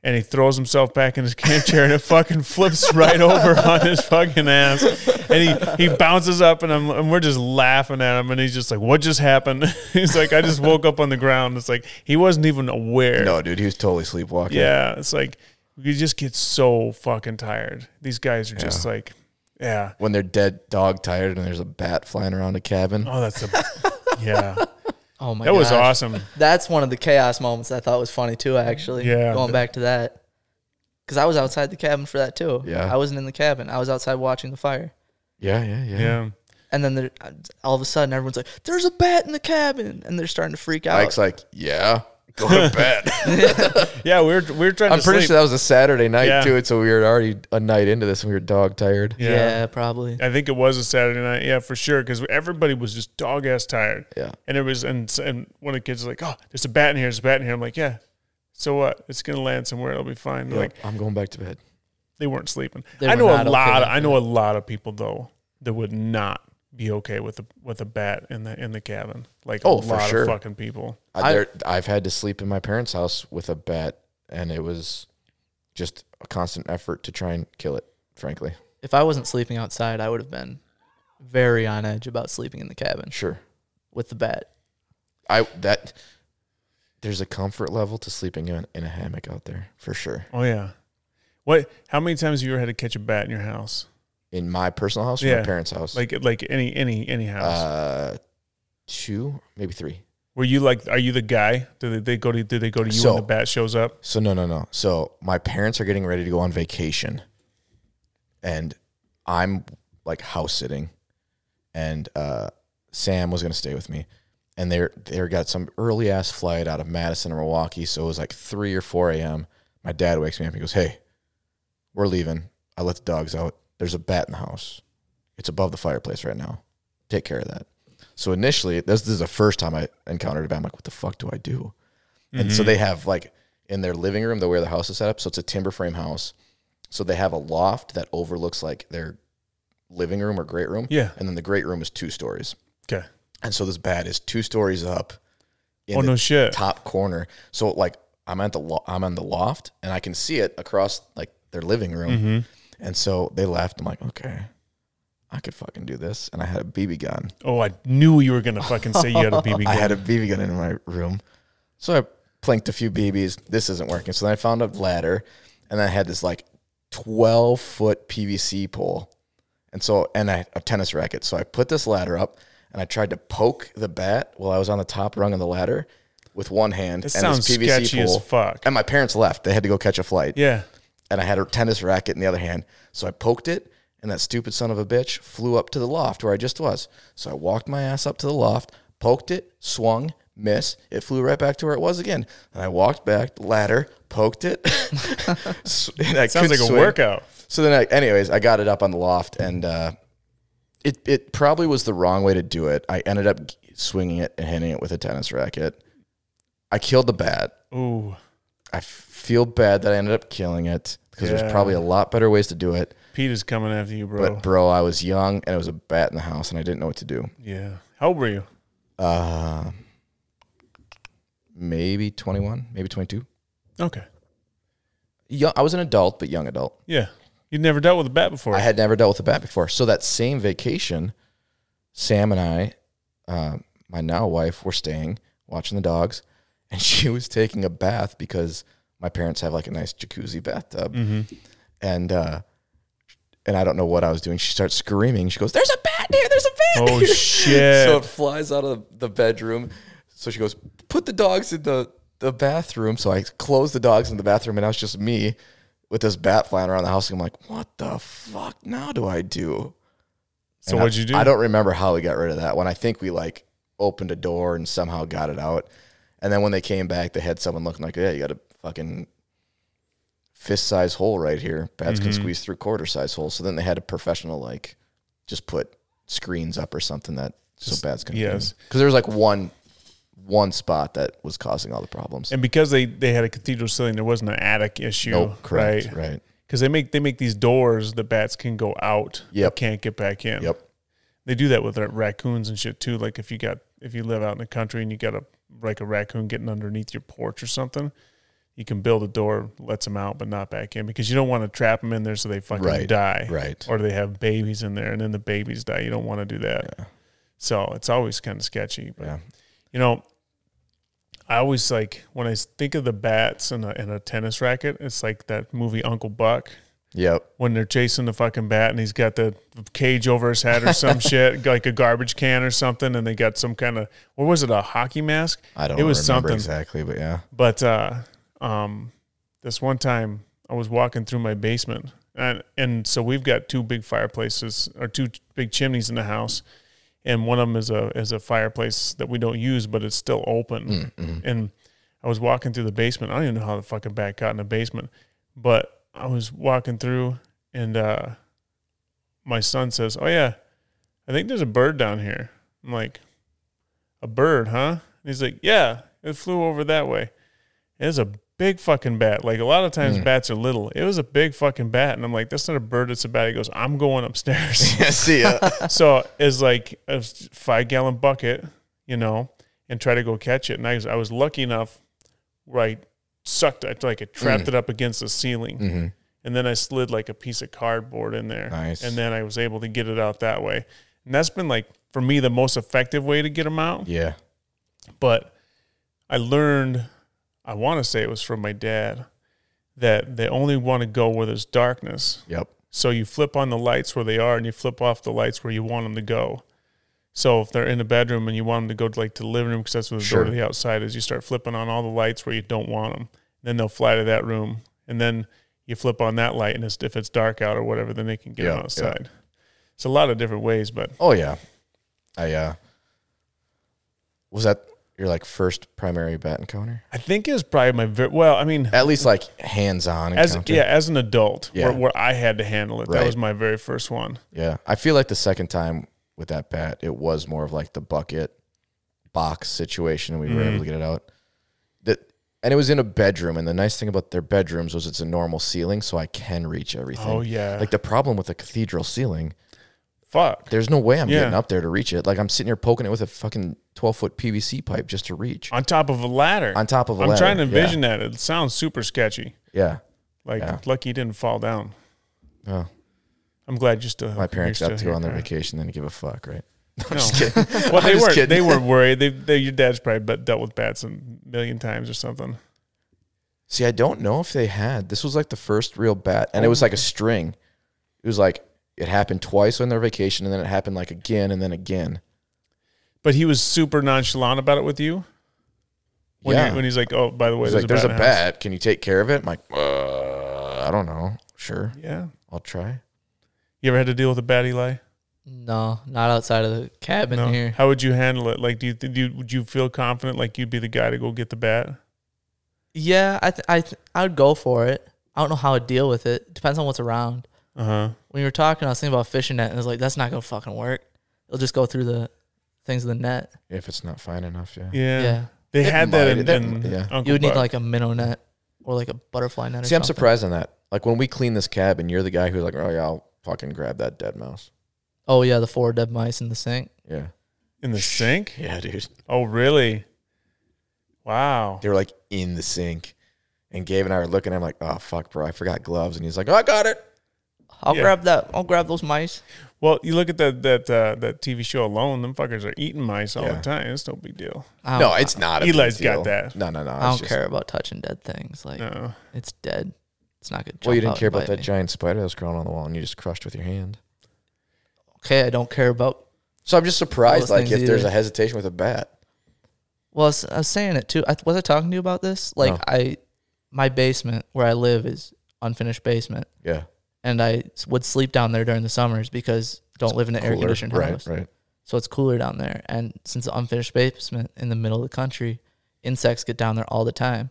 Speaker 1: and he throws himself back in his camp chair and it fucking flips right over on his fucking ass. And he, he bounces up and I'm and we're just laughing at him and he's just like, What just happened? He's like, I just woke up on the ground. It's like he wasn't even aware.
Speaker 2: No, dude, he was totally sleepwalking.
Speaker 1: Yeah. It's like you just get so fucking tired. These guys are just like, Yeah.
Speaker 2: When they're dead dog tired and there's a bat flying around the cabin.
Speaker 1: Oh, that's a yeah.
Speaker 3: Oh my.
Speaker 1: That was
Speaker 3: gosh.
Speaker 1: awesome.
Speaker 3: That's one of the chaos moments I thought was funny too. Actually,
Speaker 1: Yeah.
Speaker 3: Going back to that, because I was outside the cabin for that too.
Speaker 2: Yeah.
Speaker 3: I wasn't in the cabin. I was outside watching the fire.
Speaker 2: Yeah, yeah, yeah.
Speaker 1: Yeah.
Speaker 3: And then there, all of a sudden, everyone's like, "There's a bat in the cabin," and they're starting to freak out.
Speaker 2: Mike's like, yeah, go to bed.
Speaker 1: Yeah, we were we were trying
Speaker 2: I'm
Speaker 1: to
Speaker 2: pretty
Speaker 1: sleep.
Speaker 2: sure that was a Saturday night
Speaker 1: Yeah.
Speaker 2: too, and so we were already a night into this, and we were dog tired.
Speaker 3: yeah.
Speaker 1: yeah.
Speaker 3: probably.
Speaker 1: I think it was a Saturday night. Yeah, for sure. Because everybody was just dog ass tired.
Speaker 2: Yeah.
Speaker 1: And it was, and, and one of the kids was like, oh, there's a bat in here. There's a bat in here. I'm like, yeah. So what? It's going to land somewhere. It'll be fine. They're
Speaker 2: Like,
Speaker 1: Like,
Speaker 2: I'm going back to bed.
Speaker 1: they weren't sleeping.
Speaker 3: They
Speaker 1: I
Speaker 3: were
Speaker 1: know
Speaker 3: not
Speaker 1: a
Speaker 3: okay
Speaker 1: lot.
Speaker 3: with
Speaker 1: I know a lot of people, though, that would not be okay with the with a bat in the in the cabin. Like, a
Speaker 2: Oh, for
Speaker 1: lot
Speaker 2: sure.
Speaker 1: of fucking people.
Speaker 2: I,
Speaker 3: I-
Speaker 2: there, I've had to sleep in my parents' house with a bat, and it was just a constant effort to try and kill it. Frankly,
Speaker 3: If I wasn't sleeping outside, I would have been very on edge about sleeping in the cabin
Speaker 2: sure.
Speaker 3: with the bat.
Speaker 2: I that there's a comfort level to sleeping in, in a hammock out there for sure.
Speaker 1: Oh, yeah. What? How many times have you ever had to catch a bat in your house?
Speaker 2: in my personal house or
Speaker 1: Yeah.
Speaker 2: my parents' house.
Speaker 1: Like like any any any house.
Speaker 2: uh, two, maybe three.
Speaker 1: Were you like? Are you the guy? Do they, they go to? Do they go to you
Speaker 2: So-
Speaker 1: when the bat shows up?
Speaker 2: So no, no, no. So my parents are getting ready to go on vacation, and I'm like house sitting, and uh, Sam was gonna stay with me, and they are they are got some early ass flight out of Madison or Milwaukee, so it was like three or four a.m. My dad wakes me up. He goes, "Hey, we're leaving. I let the dogs out. There's a bat in the house. It's above the fireplace right now. Take care of that." So initially, this, this is the first time I encountered a bat. I'm like, "What the fuck do I do?" And
Speaker 1: Mm-hmm.
Speaker 2: so they have like in their living room, the way the house is set up, so it's a timber frame house. So they have a loft that overlooks like their living room or great room.
Speaker 1: Yeah.
Speaker 2: And then the great room is two stories.
Speaker 1: Okay.
Speaker 2: And so this bat is two stories up in
Speaker 1: Oh
Speaker 2: the
Speaker 1: no shit.
Speaker 2: top corner. So like I'm at the lo- I'm on the loft and I can see it across like their living room.
Speaker 1: Mm-hmm.
Speaker 2: And so they left. I'm like, okay, I could fucking do this. And I had a BB gun.
Speaker 1: Oh, I knew you were gonna fucking say you had a BB gun.
Speaker 2: I had a BB gun in my room. So I planked a few BBs. This isn't working. So then I found a ladder and I had this like 12 foot PVC pole. And so, and I, a tennis racket. So I put this ladder up and I tried to poke the bat while I was on the top rung of the ladder with one hand
Speaker 1: That
Speaker 2: and
Speaker 1: sounds sketchy as fuck.
Speaker 2: And my parents left. They had to go catch a flight
Speaker 1: yeah.
Speaker 2: and I had a tennis racket in the other hand. So I poked it, and that stupid son of a bitch flew up to the loft where I just was. So I walked my ass up to the loft, poked it, swung, missed. It flew right back to where it was again. And I walked back, the ladder, poked it. S- and I
Speaker 1: Sounds
Speaker 2: couldn't
Speaker 1: like a
Speaker 2: swing.
Speaker 1: workout.
Speaker 2: So then, I, anyways, I got it up on the loft, and uh, it it probably was the wrong way to do it. I ended up g- swinging it and hitting it with a tennis racket. I killed the bat.
Speaker 1: Ooh.
Speaker 2: I feel bad that I ended up killing it because
Speaker 1: Yeah. Oh.
Speaker 2: there's probably a lot better ways to do it.
Speaker 1: Pete is coming after you, bro.
Speaker 2: But bro, I was young and it was a bat in the house and I didn't know what to do.
Speaker 1: yeah. How old were you?
Speaker 2: Uh, maybe 21, maybe 22.
Speaker 1: Okay.
Speaker 2: Young, I was an adult, but young adult.
Speaker 1: Yeah. You'd never dealt with a bat before.
Speaker 2: I had never dealt with a bat before. So that same vacation, Sam and I, uh, my now wife, were staying watching the dogs, and she was taking a bath because my parents have like a nice jacuzzi bathtub,
Speaker 1: Mm-hmm.
Speaker 2: and uh, and I don't know what I was doing. She starts screaming. She goes, "There's a bat here! There's a bat!"
Speaker 1: oh
Speaker 2: here!"
Speaker 1: shit.
Speaker 2: So it flies out of the bedroom. So she goes, put the dogs in the, the bathroom. So I close the dogs in the bathroom, and now it's just me with this bat flying around the house. I'm like, what the fuck now do I do?
Speaker 1: So
Speaker 2: And I-
Speaker 1: what'd you do?
Speaker 2: I don't remember how we got rid of that one. I think we like opened a door and somehow got it out. And then when they came back, they had someone looking like, yeah, you got a fucking fist size hole right here. Bats
Speaker 1: Mm-hmm.
Speaker 2: can squeeze through quarter size holes. So then they had a professional like just put screens up or something that so bats can
Speaker 1: yes.
Speaker 2: because there was like one one spot that was causing all the problems.
Speaker 1: and because they, they had a cathedral ceiling, there wasn't an attic issue.
Speaker 2: No, correct,
Speaker 1: Right.
Speaker 2: right?
Speaker 1: Because they make they make these doors the bats can go out. but
Speaker 2: Yep.
Speaker 1: Can't get back in.
Speaker 2: Yep.
Speaker 1: They do that with their raccoons and shit too. Like if you got if you live out in the country and you got a like a raccoon getting underneath your porch or something, you can build a door lets them out but not back in because you don't want to trap them in there so they fucking
Speaker 2: Right,
Speaker 1: die.
Speaker 2: right.
Speaker 1: Or they have babies in there and then the babies die. You don't want to do that. So it's always kind of sketchy. But
Speaker 2: Yeah.
Speaker 1: you know, I always like when I think of the bats and a, and a tennis racket, it's like that movie Uncle Buck
Speaker 2: Yep.
Speaker 1: when they're chasing the fucking bat and he's got the cage over his head or some shit, like a garbage can or something, and they got some kind of what was it, a hockey mask?
Speaker 2: I don't
Speaker 1: It was
Speaker 2: remember
Speaker 1: something.
Speaker 2: exactly, but yeah.
Speaker 1: But uh, um, this one time I was walking through my basement, and and so we've got two big fireplaces or two big chimneys in the house, and one of them is a is a fireplace that we don't use, but it's still open.
Speaker 2: Mm-hmm.
Speaker 1: And I was walking through the basement. I don't even know how the fucking bat got in the basement, but I was walking through, and uh, my son says, "Oh yeah, I think there's a bird down here." I'm like, "A bird, huh?" And he's like, "Yeah, it flew over that way." It was a big fucking bat. Like a lot of times bats are little. It was a big fucking bat. And I'm like, that's not a bird, it's a bat. He goes, I'm going upstairs.
Speaker 2: See ya.
Speaker 1: so it's like a five gallon bucket, you know, and try to go catch it. And I was, I was lucky enough where I sucked, I like I trapped
Speaker 2: Mm.
Speaker 1: it up against the ceiling.
Speaker 2: Mm-hmm.
Speaker 1: And then I slid like a piece of cardboard in there.
Speaker 2: Nice.
Speaker 1: And then I was able to get it out that way. And that's been like, for me, the most effective way to get them out
Speaker 2: yeah.
Speaker 1: but I learned, I want to say it was from my dad, that they only want to go where there's darkness
Speaker 2: Yep.
Speaker 1: So you flip on the lights where they are and you flip off the lights where you want them to go. So if they're in the bedroom and you want them to go to like to the living room because that's where the door
Speaker 2: Sure.
Speaker 1: to the outside is, you start flipping on all the lights where you don't want them. Then they'll fly to that room, and then you flip on that light, and it's, if it's dark out or whatever, then they can get
Speaker 2: Yeah,
Speaker 1: 'em
Speaker 2: yeah.
Speaker 1: outside. It's a lot of different ways, but
Speaker 2: Oh yeah, I uh, was that your like first primary bat encounter?
Speaker 1: I think it's probably my ver- well. I mean,
Speaker 2: At least like hands on
Speaker 1: as
Speaker 2: encounter.
Speaker 1: yeah, as an adult,
Speaker 2: Yeah.
Speaker 1: where, where I had to handle it, that
Speaker 2: Right.
Speaker 1: was my very first one.
Speaker 2: yeah. I feel like the second time with that bat, it was more of like the bucket box situation, and we were
Speaker 1: Mm-hmm.
Speaker 2: able to get it out. That and it was in a bedroom, and the nice thing about their bedrooms was it's a normal ceiling, so I can reach everything.
Speaker 1: Oh yeah,
Speaker 2: Like the problem with a cathedral ceiling,
Speaker 1: fuck.
Speaker 2: there's no way I'm
Speaker 1: Yeah.
Speaker 2: getting up there to reach it. Like I'm sitting here poking it with a fucking 12 foot PVC pipe just to reach
Speaker 1: On top of a ladder.
Speaker 2: on top of a
Speaker 1: I'm
Speaker 2: ladder.
Speaker 1: trying to
Speaker 2: Yeah.
Speaker 1: envision that. It sounds super sketchy.
Speaker 2: Yeah.
Speaker 1: Like
Speaker 2: Yeah.
Speaker 1: lucky you didn't fall down.
Speaker 2: Oh.
Speaker 1: I'm glad you still.
Speaker 2: My parents
Speaker 1: you're
Speaker 2: got to
Speaker 1: still
Speaker 2: go on their
Speaker 1: here. Oh.
Speaker 2: vacation, then give a fuck, right?
Speaker 1: No. well, they
Speaker 2: just
Speaker 1: weren't.
Speaker 2: kidding.
Speaker 1: They weren't worried. They, they, your dad's probably bet- dealt with bats a million times or something.
Speaker 2: See, I don't know if they had. This was like the first real bat, and it was like
Speaker 1: Oh.
Speaker 2: a string. It was like it happened twice on their vacation, and then it happened like again and then again.
Speaker 1: But he was super nonchalant about it with you. When
Speaker 2: yeah,
Speaker 1: you- when he's like, "Oh, by the way,
Speaker 2: He's
Speaker 1: there's,
Speaker 2: like, "There's a
Speaker 1: in the house."
Speaker 2: bat. Can you take care of it?" I'm like, uh, "I don't know. Sure,
Speaker 1: Yeah.
Speaker 2: I'll try."
Speaker 1: You ever had to deal with a bat, Eli?
Speaker 3: No, not outside of the cabin
Speaker 1: No.
Speaker 3: here.
Speaker 1: How would you handle it? Like, do you, do you would you feel confident? Like, you'd be the guy to go get the bat?
Speaker 3: Yeah, I th- I th- I would go for it. I don't know how I'd deal with it. Depends on what's around.
Speaker 1: Uh
Speaker 2: Uh-huh.
Speaker 1: huh.
Speaker 3: When you were talking, I was thinking about fishing net, and I was like, that's not gonna fucking work. It'll just go through the things of the net.
Speaker 2: If it's not fine enough, yeah.
Speaker 1: Yeah.
Speaker 3: Yeah,
Speaker 1: They
Speaker 2: It
Speaker 1: had that
Speaker 2: might-
Speaker 1: in,
Speaker 2: that-
Speaker 1: in
Speaker 2: yeah.
Speaker 1: Uncle
Speaker 3: you would need
Speaker 1: Buck.
Speaker 3: like a minnow net or like a butterfly net. Or
Speaker 2: See, I'm
Speaker 3: something.
Speaker 2: surprised on that. Like when we clean this cabin, you're the guy who's like, "Oh yeah, I'll fucking grab that dead mouse."
Speaker 3: Oh yeah, the four dead mice in the sink.
Speaker 2: Yeah,
Speaker 1: in the sink.
Speaker 2: yeah, dude.
Speaker 1: Oh, really? Wow.
Speaker 2: They were like in the sink, and Gabe and I were looking. I'm like, "Oh fuck, bro, I forgot gloves," and he's like, "Oh, I got it."
Speaker 3: I'll
Speaker 1: Yeah.
Speaker 3: grab that. I'll grab those mice.
Speaker 1: Well, you look at that that uh, that TV show alone. Them fuckers are eating mice all
Speaker 2: Yeah.
Speaker 1: the time. It's no big deal.
Speaker 3: I don't,
Speaker 2: No, it's not. A
Speaker 1: Eli's
Speaker 2: Eli's
Speaker 1: got that.
Speaker 2: No, no, no.
Speaker 3: I
Speaker 2: it's
Speaker 3: don't
Speaker 2: just-
Speaker 3: care about touching dead things. Like
Speaker 1: No.
Speaker 3: it's dead. It's not gonna.
Speaker 2: Well, you
Speaker 3: jump
Speaker 2: didn't
Speaker 3: out
Speaker 2: care
Speaker 3: and
Speaker 2: about
Speaker 3: bite
Speaker 2: that
Speaker 3: me.
Speaker 2: giant spider that was crawling on the wall, and you just crushed with your hand.
Speaker 3: Okay, I don't care about
Speaker 2: So I'm just surprised,
Speaker 3: Those
Speaker 2: like,
Speaker 3: things
Speaker 2: if there's
Speaker 3: either.
Speaker 2: a hesitation with a bat.
Speaker 3: Well, I was, I was saying it too. I, was I talking to you about this? Like,
Speaker 2: No.
Speaker 3: I, my basement where I live is unfinished basement,
Speaker 2: Yeah,
Speaker 3: and I s- would sleep down there during the summers because I don't live in an air
Speaker 2: Cooler.
Speaker 3: conditioned
Speaker 2: right,
Speaker 3: house,
Speaker 2: right.
Speaker 3: so it's cooler down there. And since the unfinished basement in the middle of the country, insects get down there all the time.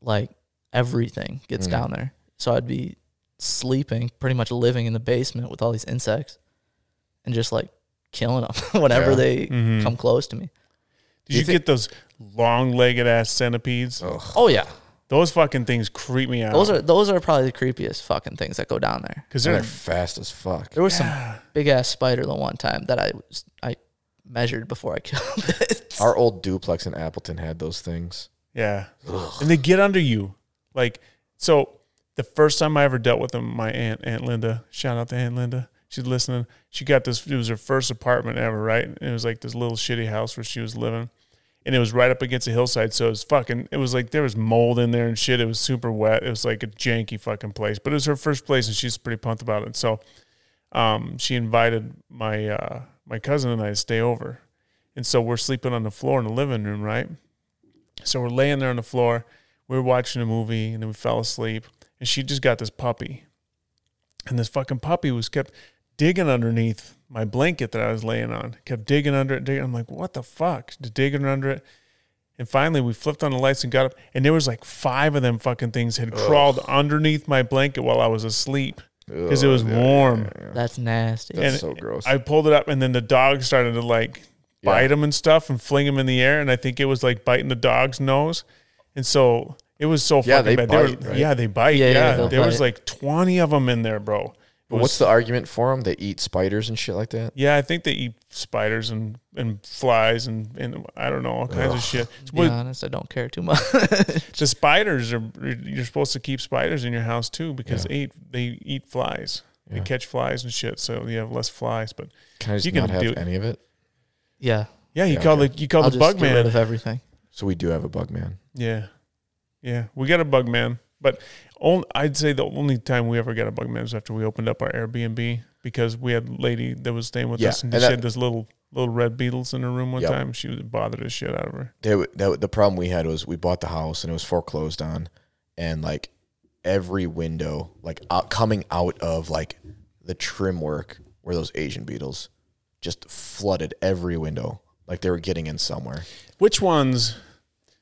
Speaker 3: Like everything gets
Speaker 2: Mm.
Speaker 3: down there, so I'd be sleeping, pretty much living in the basement with all these insects, and just like killing them whenever
Speaker 2: Yeah.
Speaker 3: they
Speaker 1: Mhm.
Speaker 3: come close to me.
Speaker 1: Did
Speaker 2: You
Speaker 1: you,
Speaker 2: think-
Speaker 1: get those long-legged ass centipedes?
Speaker 2: Ugh.
Speaker 3: Oh yeah,
Speaker 1: Those fucking things creep me out.
Speaker 3: Those are those are probably the creepiest fucking things that go down there.
Speaker 1: because
Speaker 2: And
Speaker 1: they're
Speaker 2: they're fast as fuck.
Speaker 3: There was some big ass spider the one time that I was, I measured before I killed it.
Speaker 2: Our old duplex in Appleton had those things.
Speaker 1: Yeah. And they get under you. Like, so the first time I ever dealt with them, my aunt, Aunt Linda, shout out to Aunt Linda. She's listening. She got this, it was her first apartment ever, right? And it was like this little shitty house where she was living. And it was right up against a hillside. So it was fucking, it was like there was mold in there and shit. It was super wet. It was like a janky fucking place. But it was her first place and she's pretty pumped about it. So um, she invited my, uh, my cousin and I to stay over. And so we're sleeping on the floor in the living room, right? So we're laying there on the floor. We were watching a movie and then we fell asleep. And she just got this puppy. And this fucking puppy was kept digging underneath my blanket that I was laying on. Kept digging under it, digging. I'm like, what the fuck? Just digging under it. And finally we flipped on the lights and got up. And there was like five of them fucking things had crawled underneath my blanket while I was asleep.
Speaker 2: Oh,
Speaker 1: Because it was warm.
Speaker 3: That's nasty.
Speaker 2: That's
Speaker 1: And
Speaker 2: so gross.
Speaker 1: I pulled it up and then the dog started to like
Speaker 2: Yeah.
Speaker 1: bite him and stuff and fling him in the air. And I think it was like biting the dog's nose. And so it was so
Speaker 2: Yeah,
Speaker 1: fucking
Speaker 2: they
Speaker 1: bad. They were-
Speaker 2: bite, right?
Speaker 1: Yeah, they bite.
Speaker 3: Yeah,
Speaker 1: Yeah.
Speaker 3: yeah, they'll
Speaker 1: there was
Speaker 3: bite.
Speaker 1: like 20 of them in there, bro. It
Speaker 2: but
Speaker 1: was-
Speaker 2: what's the argument for them? They eat spiders and shit like that.
Speaker 1: yeah, I think they eat spiders and, and flies and, and I don't know, all kinds of shit.
Speaker 3: to be
Speaker 1: Well,
Speaker 3: honest, I don't care too much.
Speaker 1: the spiders are, you're supposed to keep spiders in your house too because they, eat, they eat flies. They
Speaker 2: Yeah.
Speaker 1: catch flies and shit. So you have less flies. But
Speaker 2: Can I just
Speaker 1: You can
Speaker 2: not have
Speaker 1: do it.
Speaker 2: any of it?
Speaker 3: yeah,
Speaker 1: yeah, you
Speaker 2: Yeah,
Speaker 1: call
Speaker 2: okay.
Speaker 1: the, you call
Speaker 3: I'll
Speaker 1: the
Speaker 3: just
Speaker 1: bug
Speaker 3: get rid
Speaker 1: man.
Speaker 3: of everything.
Speaker 2: So we do have a bug man.
Speaker 1: Yeah. Yeah. We got a bug man. But on, I'd say the only time we ever got a bug man was after we opened up our Airbnb because we had a lady that was staying with
Speaker 2: Yeah,
Speaker 1: us and,
Speaker 2: and
Speaker 1: she
Speaker 2: that-
Speaker 1: had this little little red beetles in her room one
Speaker 2: Yep.
Speaker 1: time. She was bothered the shit out of her.
Speaker 2: They, w- that, w- the problem we had was we bought the house and it was foreclosed on, and like every window, like out, coming out of like the trim work, were those Asian beetles, just flooded every window. Like they were getting in somewhere.
Speaker 1: Which ones?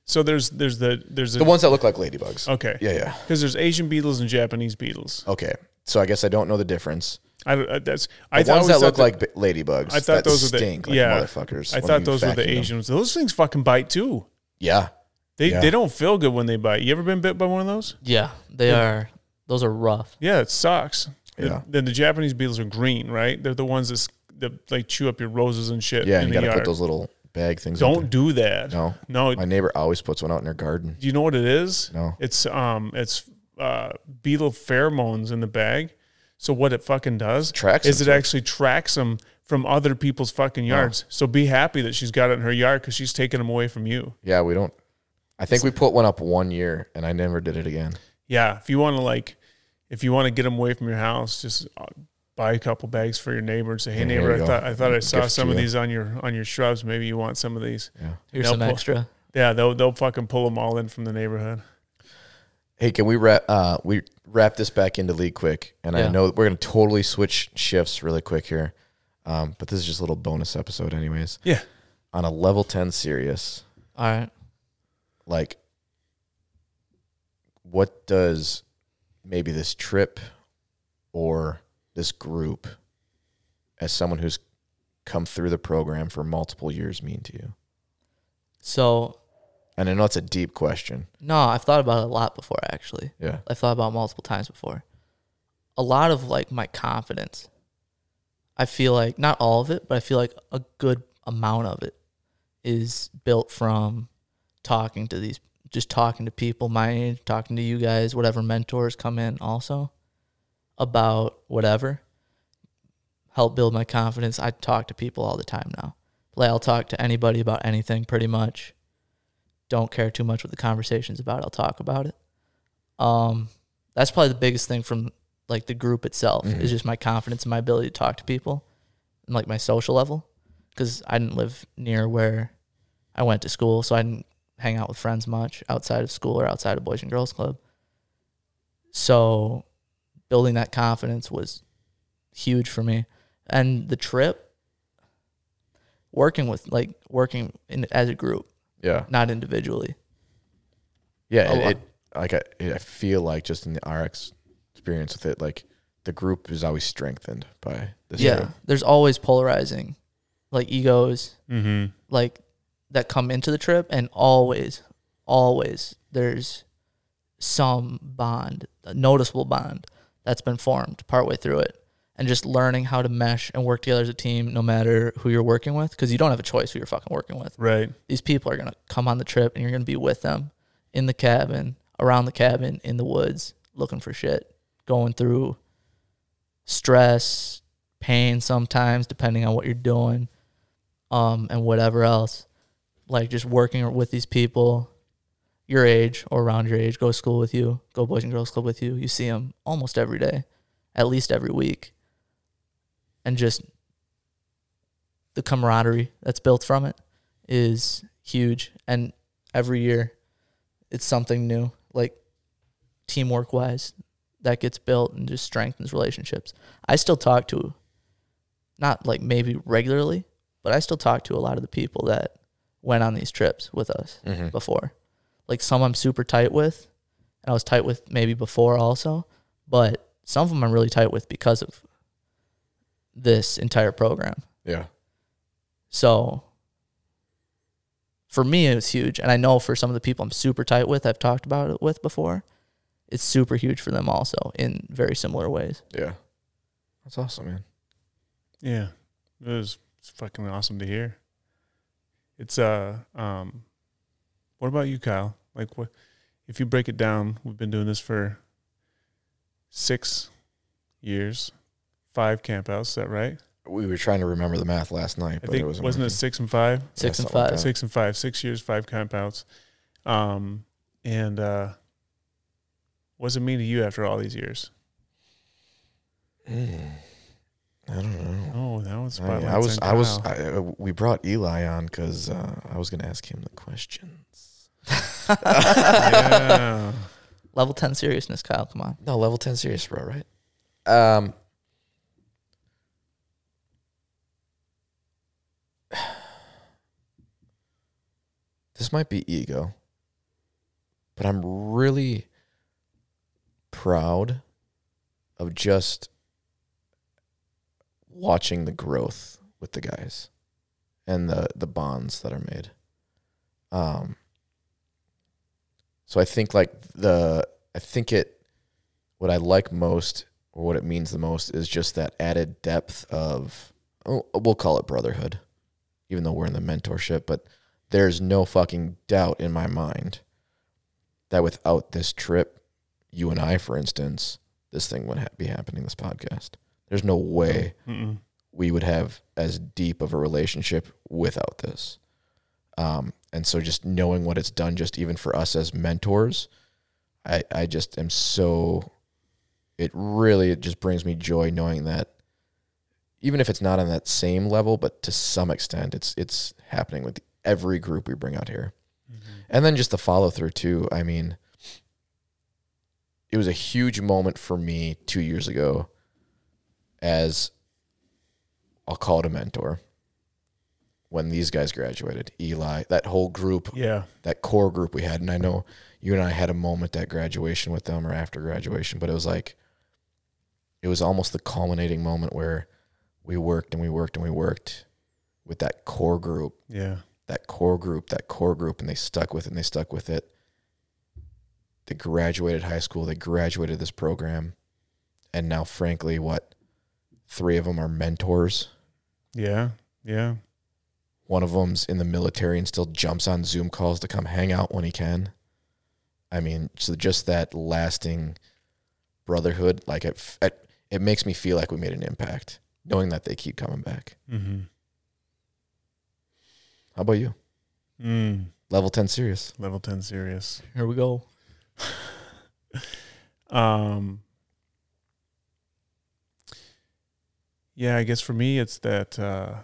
Speaker 1: So there's there's the there's
Speaker 2: The ones that look like ladybugs.
Speaker 1: okay
Speaker 2: Yeah, yeah.
Speaker 1: because there's Asian beetles and Japanese beetles.
Speaker 2: Okay, so I guess I don't know the difference.
Speaker 1: I, don't- I that's
Speaker 2: The
Speaker 1: I
Speaker 2: ones
Speaker 1: always
Speaker 2: that
Speaker 1: thought
Speaker 2: look like b- ladybugs.
Speaker 1: I thought
Speaker 2: that
Speaker 1: those were the
Speaker 2: stink like
Speaker 1: yeah
Speaker 2: motherfuckers.
Speaker 1: I
Speaker 2: when
Speaker 1: thought
Speaker 2: you
Speaker 1: those were
Speaker 2: vacuum
Speaker 1: the
Speaker 2: them.
Speaker 1: Asian ones. Those things fucking bite too.
Speaker 2: Yeah,
Speaker 1: They
Speaker 2: Yeah.
Speaker 1: they don't feel good when they bite. You ever been bit by one of those?
Speaker 3: Yeah, they are. Those are rough.
Speaker 1: Yeah, it sucks. The-
Speaker 2: Yeah.
Speaker 1: then the Japanese beetles are green, right? They're the ones that, s- that like chew up your roses and shit.
Speaker 2: yeah.
Speaker 1: in
Speaker 2: You
Speaker 1: the
Speaker 2: gotta put
Speaker 1: yard.
Speaker 2: those little bag things. up
Speaker 1: Don't do that.
Speaker 2: there. No,
Speaker 1: no.
Speaker 2: my neighbor always puts one out in her garden.
Speaker 1: do you know what it is?
Speaker 2: No.
Speaker 1: It's um, it's uh, beetle pheromones in the bag. So what it fucking does
Speaker 2: Tracks
Speaker 1: is
Speaker 2: them Oh.
Speaker 1: it
Speaker 2: to it.
Speaker 1: actually tracks them from other people's fucking yards. So be happy that she's got it in her yard because she's taking them away from you.
Speaker 2: Yeah, we don't. I think we put one up one year, and I never did it again.
Speaker 1: Yeah, if you want to like, if you want to get them away from your house, just uh, buy a couple bags for your neighbor and say, "Hey
Speaker 2: Yeah, here
Speaker 1: neighbor,
Speaker 2: you
Speaker 1: I
Speaker 2: go.
Speaker 1: thought I thought I saw
Speaker 2: Gift to
Speaker 1: some of
Speaker 2: you."
Speaker 1: these on your on your shrubs. Maybe you want some of these."
Speaker 3: Here's
Speaker 1: Nope.
Speaker 3: some extra.
Speaker 1: Yeah, they'll they'll fucking pull them all in from the neighborhood.
Speaker 2: Hey, can we wrap? Uh, we wrap this back into league quick, and I
Speaker 3: Yeah.
Speaker 2: know we're gonna totally switch shifts really quick here, um, but this is just a little bonus episode, anyways.
Speaker 1: Yeah.
Speaker 2: On a level ten serious,
Speaker 3: All right.
Speaker 2: like, what does maybe this trip or this group, as someone who's come through the program for multiple years, mean to you?
Speaker 3: So
Speaker 2: And I know it's a deep question.
Speaker 3: no, I've thought about it a lot before actually.
Speaker 2: Yeah.
Speaker 3: I've thought about it multiple times before. A lot of like my confidence. I feel like not all of it, but I feel like a good amount of it is built from talking to these just talking to people my age, talking to you guys, whatever mentors come in also about whatever. Help build my confidence. I talk to people all the time now. Like I'll talk to anybody about anything pretty much. Don't care too much what the conversation's about. I'll talk about it. Um, that's probably the biggest thing from like the group itself is just my confidence and my ability to talk to people and like my social level because I didn't live near where I went to school, so I didn't hang out with friends much outside of school or outside of Boys and Girls Club. So building that confidence was huge for me. And the trip, working with like working in as a group,
Speaker 2: Yeah.
Speaker 3: not individually.
Speaker 2: Yeah,
Speaker 3: a
Speaker 2: it,
Speaker 3: lot.
Speaker 2: it like I, it, I feel like just in the RX experience with it, like the group is always strengthened by this.
Speaker 3: yeah.
Speaker 2: trip.
Speaker 3: There's always polarizing like egos
Speaker 1: Mm-hmm.
Speaker 3: like that come into the trip and always always there's some bond a noticeable bond that's been formed partway through it and just learning how to mesh and work together as a team no matter who you're working with because you don't have a choice who you're fucking working with
Speaker 1: Right.
Speaker 3: these people are going to come on the trip and you're going to be with them in the cabin, around the cabin, in the woods, looking for shit, going through stress, pain sometimes, depending on what you're doing, um, and whatever else. Like just working with these people your age or around your age, go to school with you, go Boys and Girls Club with you. You see them almost every day, at least every week. And just the camaraderie that's built from it is huge and every year it's something new like teamwork wise that gets built and just strengthens relationships i still talk to not like maybe regularly but i still talk to a lot of the people that went on these trips with us before like some i'm super tight with and i was tight with maybe before also but some of them i'm really tight with because of this entire program
Speaker 2: Yeah.
Speaker 3: so for me, it was huge. And I know for some of the people I'm super tight with, I've talked about it with before, it's super huge for them also in very similar ways.
Speaker 2: Yeah. That's awesome, man.
Speaker 1: Yeah. It was it's fucking awesome to hear. It's uh um, what about you, Kyle? Like what? If you break it down, we've been doing this for six years, five campouts. Is that right?
Speaker 2: We were trying to remember the math last night,
Speaker 1: I
Speaker 2: but
Speaker 1: think
Speaker 2: it wasn't.
Speaker 1: wasn't it
Speaker 2: working.
Speaker 1: six and five?
Speaker 3: Six and
Speaker 2: something like
Speaker 3: five.
Speaker 2: that.
Speaker 1: six and five, six years, five compounds. Um, and uh, What's it mean to you after all these years?
Speaker 3: Mm.
Speaker 2: I don't know.
Speaker 1: Oh, that was
Speaker 2: I,
Speaker 1: spotlights.
Speaker 2: I was,
Speaker 1: on
Speaker 2: I was,
Speaker 1: Kyle.
Speaker 2: I, uh, we brought Eli on because uh, I was going to ask him the questions.
Speaker 1: yeah.
Speaker 3: Level 10 seriousness, Kyle. Come on.
Speaker 2: No, level 10 serious, bro, right? Um, this might be ego, but I'm really proud of just watching the growth with the guys and the, the bonds that are made. Um, so I think like the, I think it, what I like most or what it means the most is just that added depth of oh, we'll call it brotherhood, even though we're in the mentorship, but there's no fucking doubt in my mind that without this trip, you and I, for instance, this thing would ha- be happening, this podcast. There's no way
Speaker 1: Mm-mm.
Speaker 2: we would have as deep of a relationship without this. Um, and so just knowing what it's done, just even for us as mentors, I, I just am so, it really, it just brings me joy knowing that even if it's not on that same level, but to some extent it's, it's happening with every group we bring out here. And then just the follow through too. I mean, it was a huge moment for me two years ago as I'll call it a mentor. When these guys graduated, Eli, that whole group,
Speaker 1: yeah.
Speaker 2: that core group we had, and I know you and I had a moment at graduation with them or after graduation, but it was like, it was almost the culminating moment where we worked and we worked and we worked with that core group,
Speaker 1: Yeah.
Speaker 2: that core group, that core group, and they stuck with it and they stuck with it. They graduated high school, they graduated this program, and now, frankly, what three of them are mentors.
Speaker 1: Yeah. Yeah.
Speaker 2: One of them's in the military and still jumps on Zoom calls to come hang out when he can. I mean, so just that lasting brotherhood, like it, f- it, it makes me feel like we made an impact, knowing that they keep coming back.
Speaker 1: Mm-hmm.
Speaker 2: How about you?
Speaker 1: Mm.
Speaker 2: Level ten serious.
Speaker 1: Level 10 serious.
Speaker 3: Here we go.
Speaker 1: Um, yeah, I guess for me, it's that uh,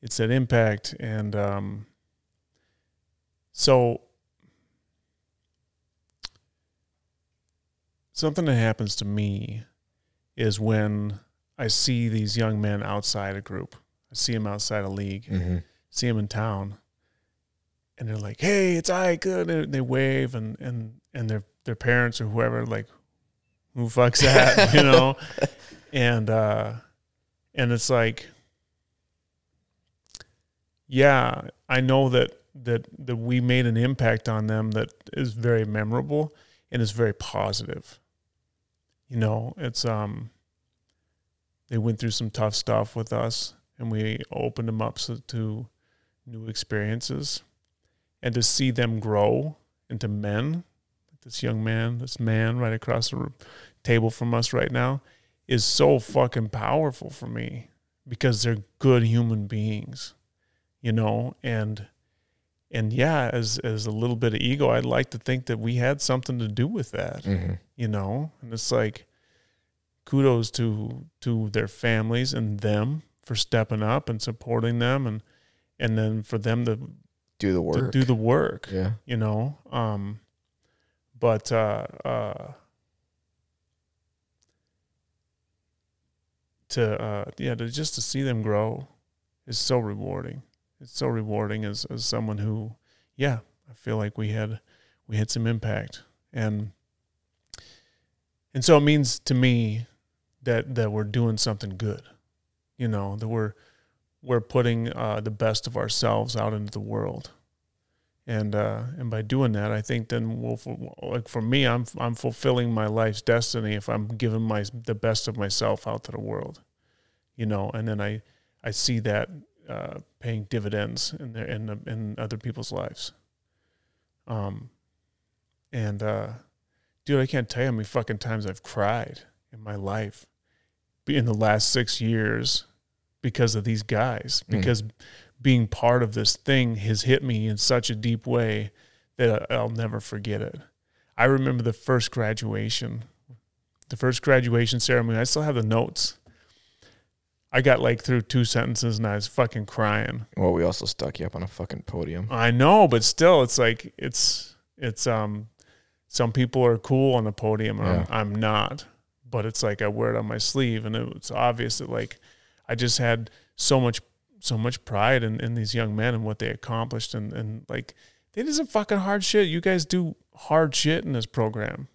Speaker 1: it's that impact, and um, so something that happens to me is when I see these young men outside a group. I see them outside a league
Speaker 2: Mm-hmm.
Speaker 1: see them in town, and they're like, "Hey, it's I good." And they wave, and and and their their parents or whoever like, "Who the fucks that?" you know, and uh, and it's like, yeah, I know that that that we made an impact on them that is very memorable and is very positive. You know, it's um. They went through some tough stuff with us, and we opened them up so, to new experiences and to see them grow into men this young man this man right across the r- table from us right now is so fucking powerful for me because they're good human beings you know and and yeah as as a little bit of ego i'd like to think that we had something to do with that
Speaker 2: Mm-hmm.
Speaker 1: you know and it's like kudos to to their families and them for stepping up and supporting them and and then for them to,
Speaker 2: Do the
Speaker 1: to
Speaker 2: work.
Speaker 1: do the work
Speaker 2: yeah.
Speaker 1: you know um but uh uh to uh yeah to just to see them grow is so rewarding it's so rewarding as as someone who yeah i feel like we had we had some impact and and so it means to me that that we're doing something good you know that we're we're putting uh, the best of ourselves out into the world and uh, and by doing that, I think then we'll fu- like for me, I'm I'm fulfilling my life's destiny if I'm giving my the best of myself out to the world, you know. And then I I see that uh, paying dividends in their in the, in other people's lives. Um, and uh, dude, I can't tell you how many fucking times I've cried in my life, in the last six years, because of these guys,
Speaker 2: Mm.
Speaker 1: because being part of this thing has hit me in such a deep way that I'll never forget it. I remember the first graduation, the first graduation ceremony. I still have the notes. I got like through two sentences and I was fucking crying.
Speaker 2: Well, we also stuck you up on a fucking podium.
Speaker 1: I know, but still, it's like it's it's um some people are cool on the podium and
Speaker 2: Yeah.
Speaker 1: I'm, I'm not. But it's like I wear it on my sleeve and it was obvious that like I just had so much so much pride in, in these young men and what they accomplished and, and like they did some fucking hard shit. You guys do hard shit in this program.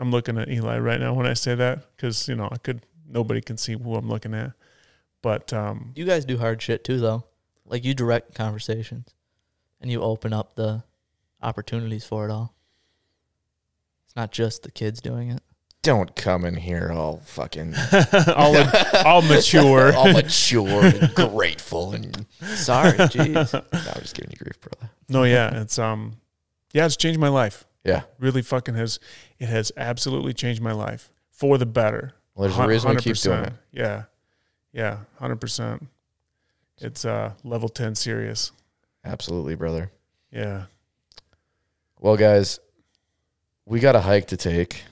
Speaker 1: I'm looking at Eli right now when I say that because you know I could nobody can see who I'm looking at, but um,
Speaker 3: You guys do hard shit too, though. Like you direct conversations, and you open up the opportunities for it all. It's not just the kids doing it.
Speaker 2: Don't come in here all fucking
Speaker 1: all all mature.
Speaker 2: all mature and grateful and
Speaker 3: Sorry, jeez.
Speaker 2: no, I'm just giving you grief, brother.
Speaker 1: No, yeah, it's um, yeah, it's changed my life.
Speaker 2: Yeah.
Speaker 1: Really, fucking has it has absolutely changed my life for the better.
Speaker 2: Well, there's a
Speaker 1: Hun-
Speaker 2: reason we keep doing
Speaker 1: 100%.
Speaker 2: it.
Speaker 1: Yeah, yeah, hundred percent. It's uh level ten serious.
Speaker 2: Absolutely, brother.
Speaker 1: Yeah,
Speaker 2: Well, guys, we got a hike to take.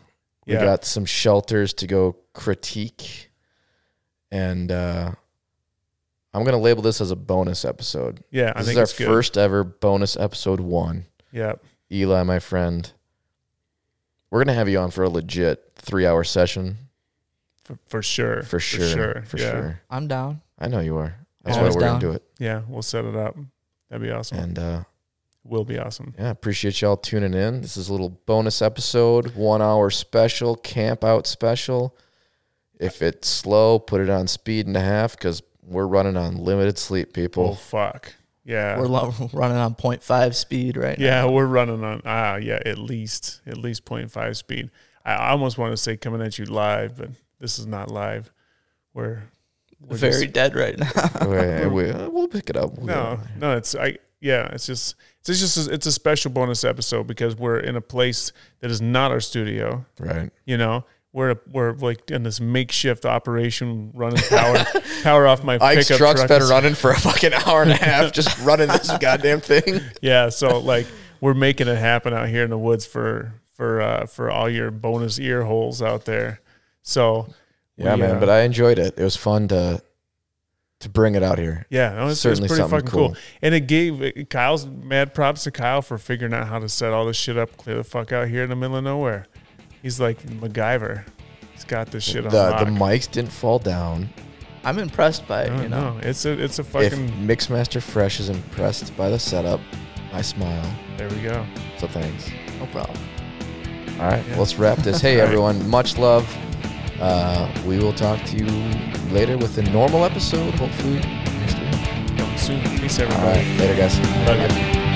Speaker 2: We
Speaker 1: yeah.
Speaker 2: got some shelters to go critique. And uh, I'm going to label this as a bonus episode.
Speaker 1: yeah, I
Speaker 2: This
Speaker 1: think it's
Speaker 2: is our
Speaker 1: good.
Speaker 2: first ever bonus episode one.
Speaker 1: Yeah,
Speaker 2: Eli, my friend, we're going to have you on for a legit three hour session
Speaker 1: for, for sure.
Speaker 2: for sure. For sure.
Speaker 1: yeah.
Speaker 3: I'm down.
Speaker 2: I know you are. That's
Speaker 1: Always
Speaker 2: why we're going
Speaker 3: down.
Speaker 2: to do it.
Speaker 1: Yeah, we'll set it up. That'd be awesome.
Speaker 2: And uh,
Speaker 1: Will be awesome.
Speaker 2: yeah, appreciate y'all tuning in. This is a little bonus episode, one hour special, camp out special. If it's slow, put it on speed and a half because we're running on limited sleep,
Speaker 1: Oh
Speaker 2: people.
Speaker 1: fuck. Yeah.
Speaker 3: We're lo- running on 0.5 speed right now.
Speaker 1: Yeah, we're running on ah yeah, at least at least 0.5 speed. I I almost want to say coming at you live, but this is not live. We're, we're
Speaker 3: Very
Speaker 1: just-
Speaker 3: dead right now.
Speaker 2: we, we, will pick it up. We'll-
Speaker 1: Oh. no no. It's I yeah. It's just it's just a, it's a special bonus episode because we're in a place that is not our studio.
Speaker 2: Right.
Speaker 1: You know. We're, we're like in this makeshift operation running power power off my
Speaker 2: Ike's
Speaker 1: pickup
Speaker 2: truck's
Speaker 1: truck.
Speaker 2: been running for a fucking hour and a half, just running this goddamn thing.
Speaker 1: yeah so like we're making it happen out here in the woods for for uh for all your bonus ear holes out there so
Speaker 2: Yeah,
Speaker 1: we,
Speaker 2: man.
Speaker 1: uh,
Speaker 2: But I enjoyed it. It was fun to to bring it out here.
Speaker 1: yeah no, it's, it's
Speaker 2: certainly
Speaker 1: pretty
Speaker 2: something
Speaker 1: fucking cool.
Speaker 2: cool.
Speaker 1: and it gave kyle's mad props to kyle for figuring out how to set all this shit up clear the fuck out here in the middle of nowhere he's like MacGyver. he's got this shit on
Speaker 2: The the
Speaker 1: lock.
Speaker 2: mics didn't fall down.
Speaker 3: I'm impressed by it,
Speaker 1: I
Speaker 3: you
Speaker 1: don't
Speaker 3: know.
Speaker 1: know. It's a it's a
Speaker 2: If
Speaker 1: fucking.
Speaker 2: Mixmaster Fresh is impressed by the setup, I smile.
Speaker 1: there we go.
Speaker 2: So thanks.
Speaker 3: No problem.
Speaker 2: All right,
Speaker 1: Yeah.
Speaker 2: let's wrap this. Hey,
Speaker 1: All right.
Speaker 2: everyone, much love. Uh, we will talk to you later with a normal episode, hopefully. next week.
Speaker 1: Coming soon. Peace,
Speaker 2: All
Speaker 1: everybody.
Speaker 2: right, later, guys.
Speaker 1: Love you.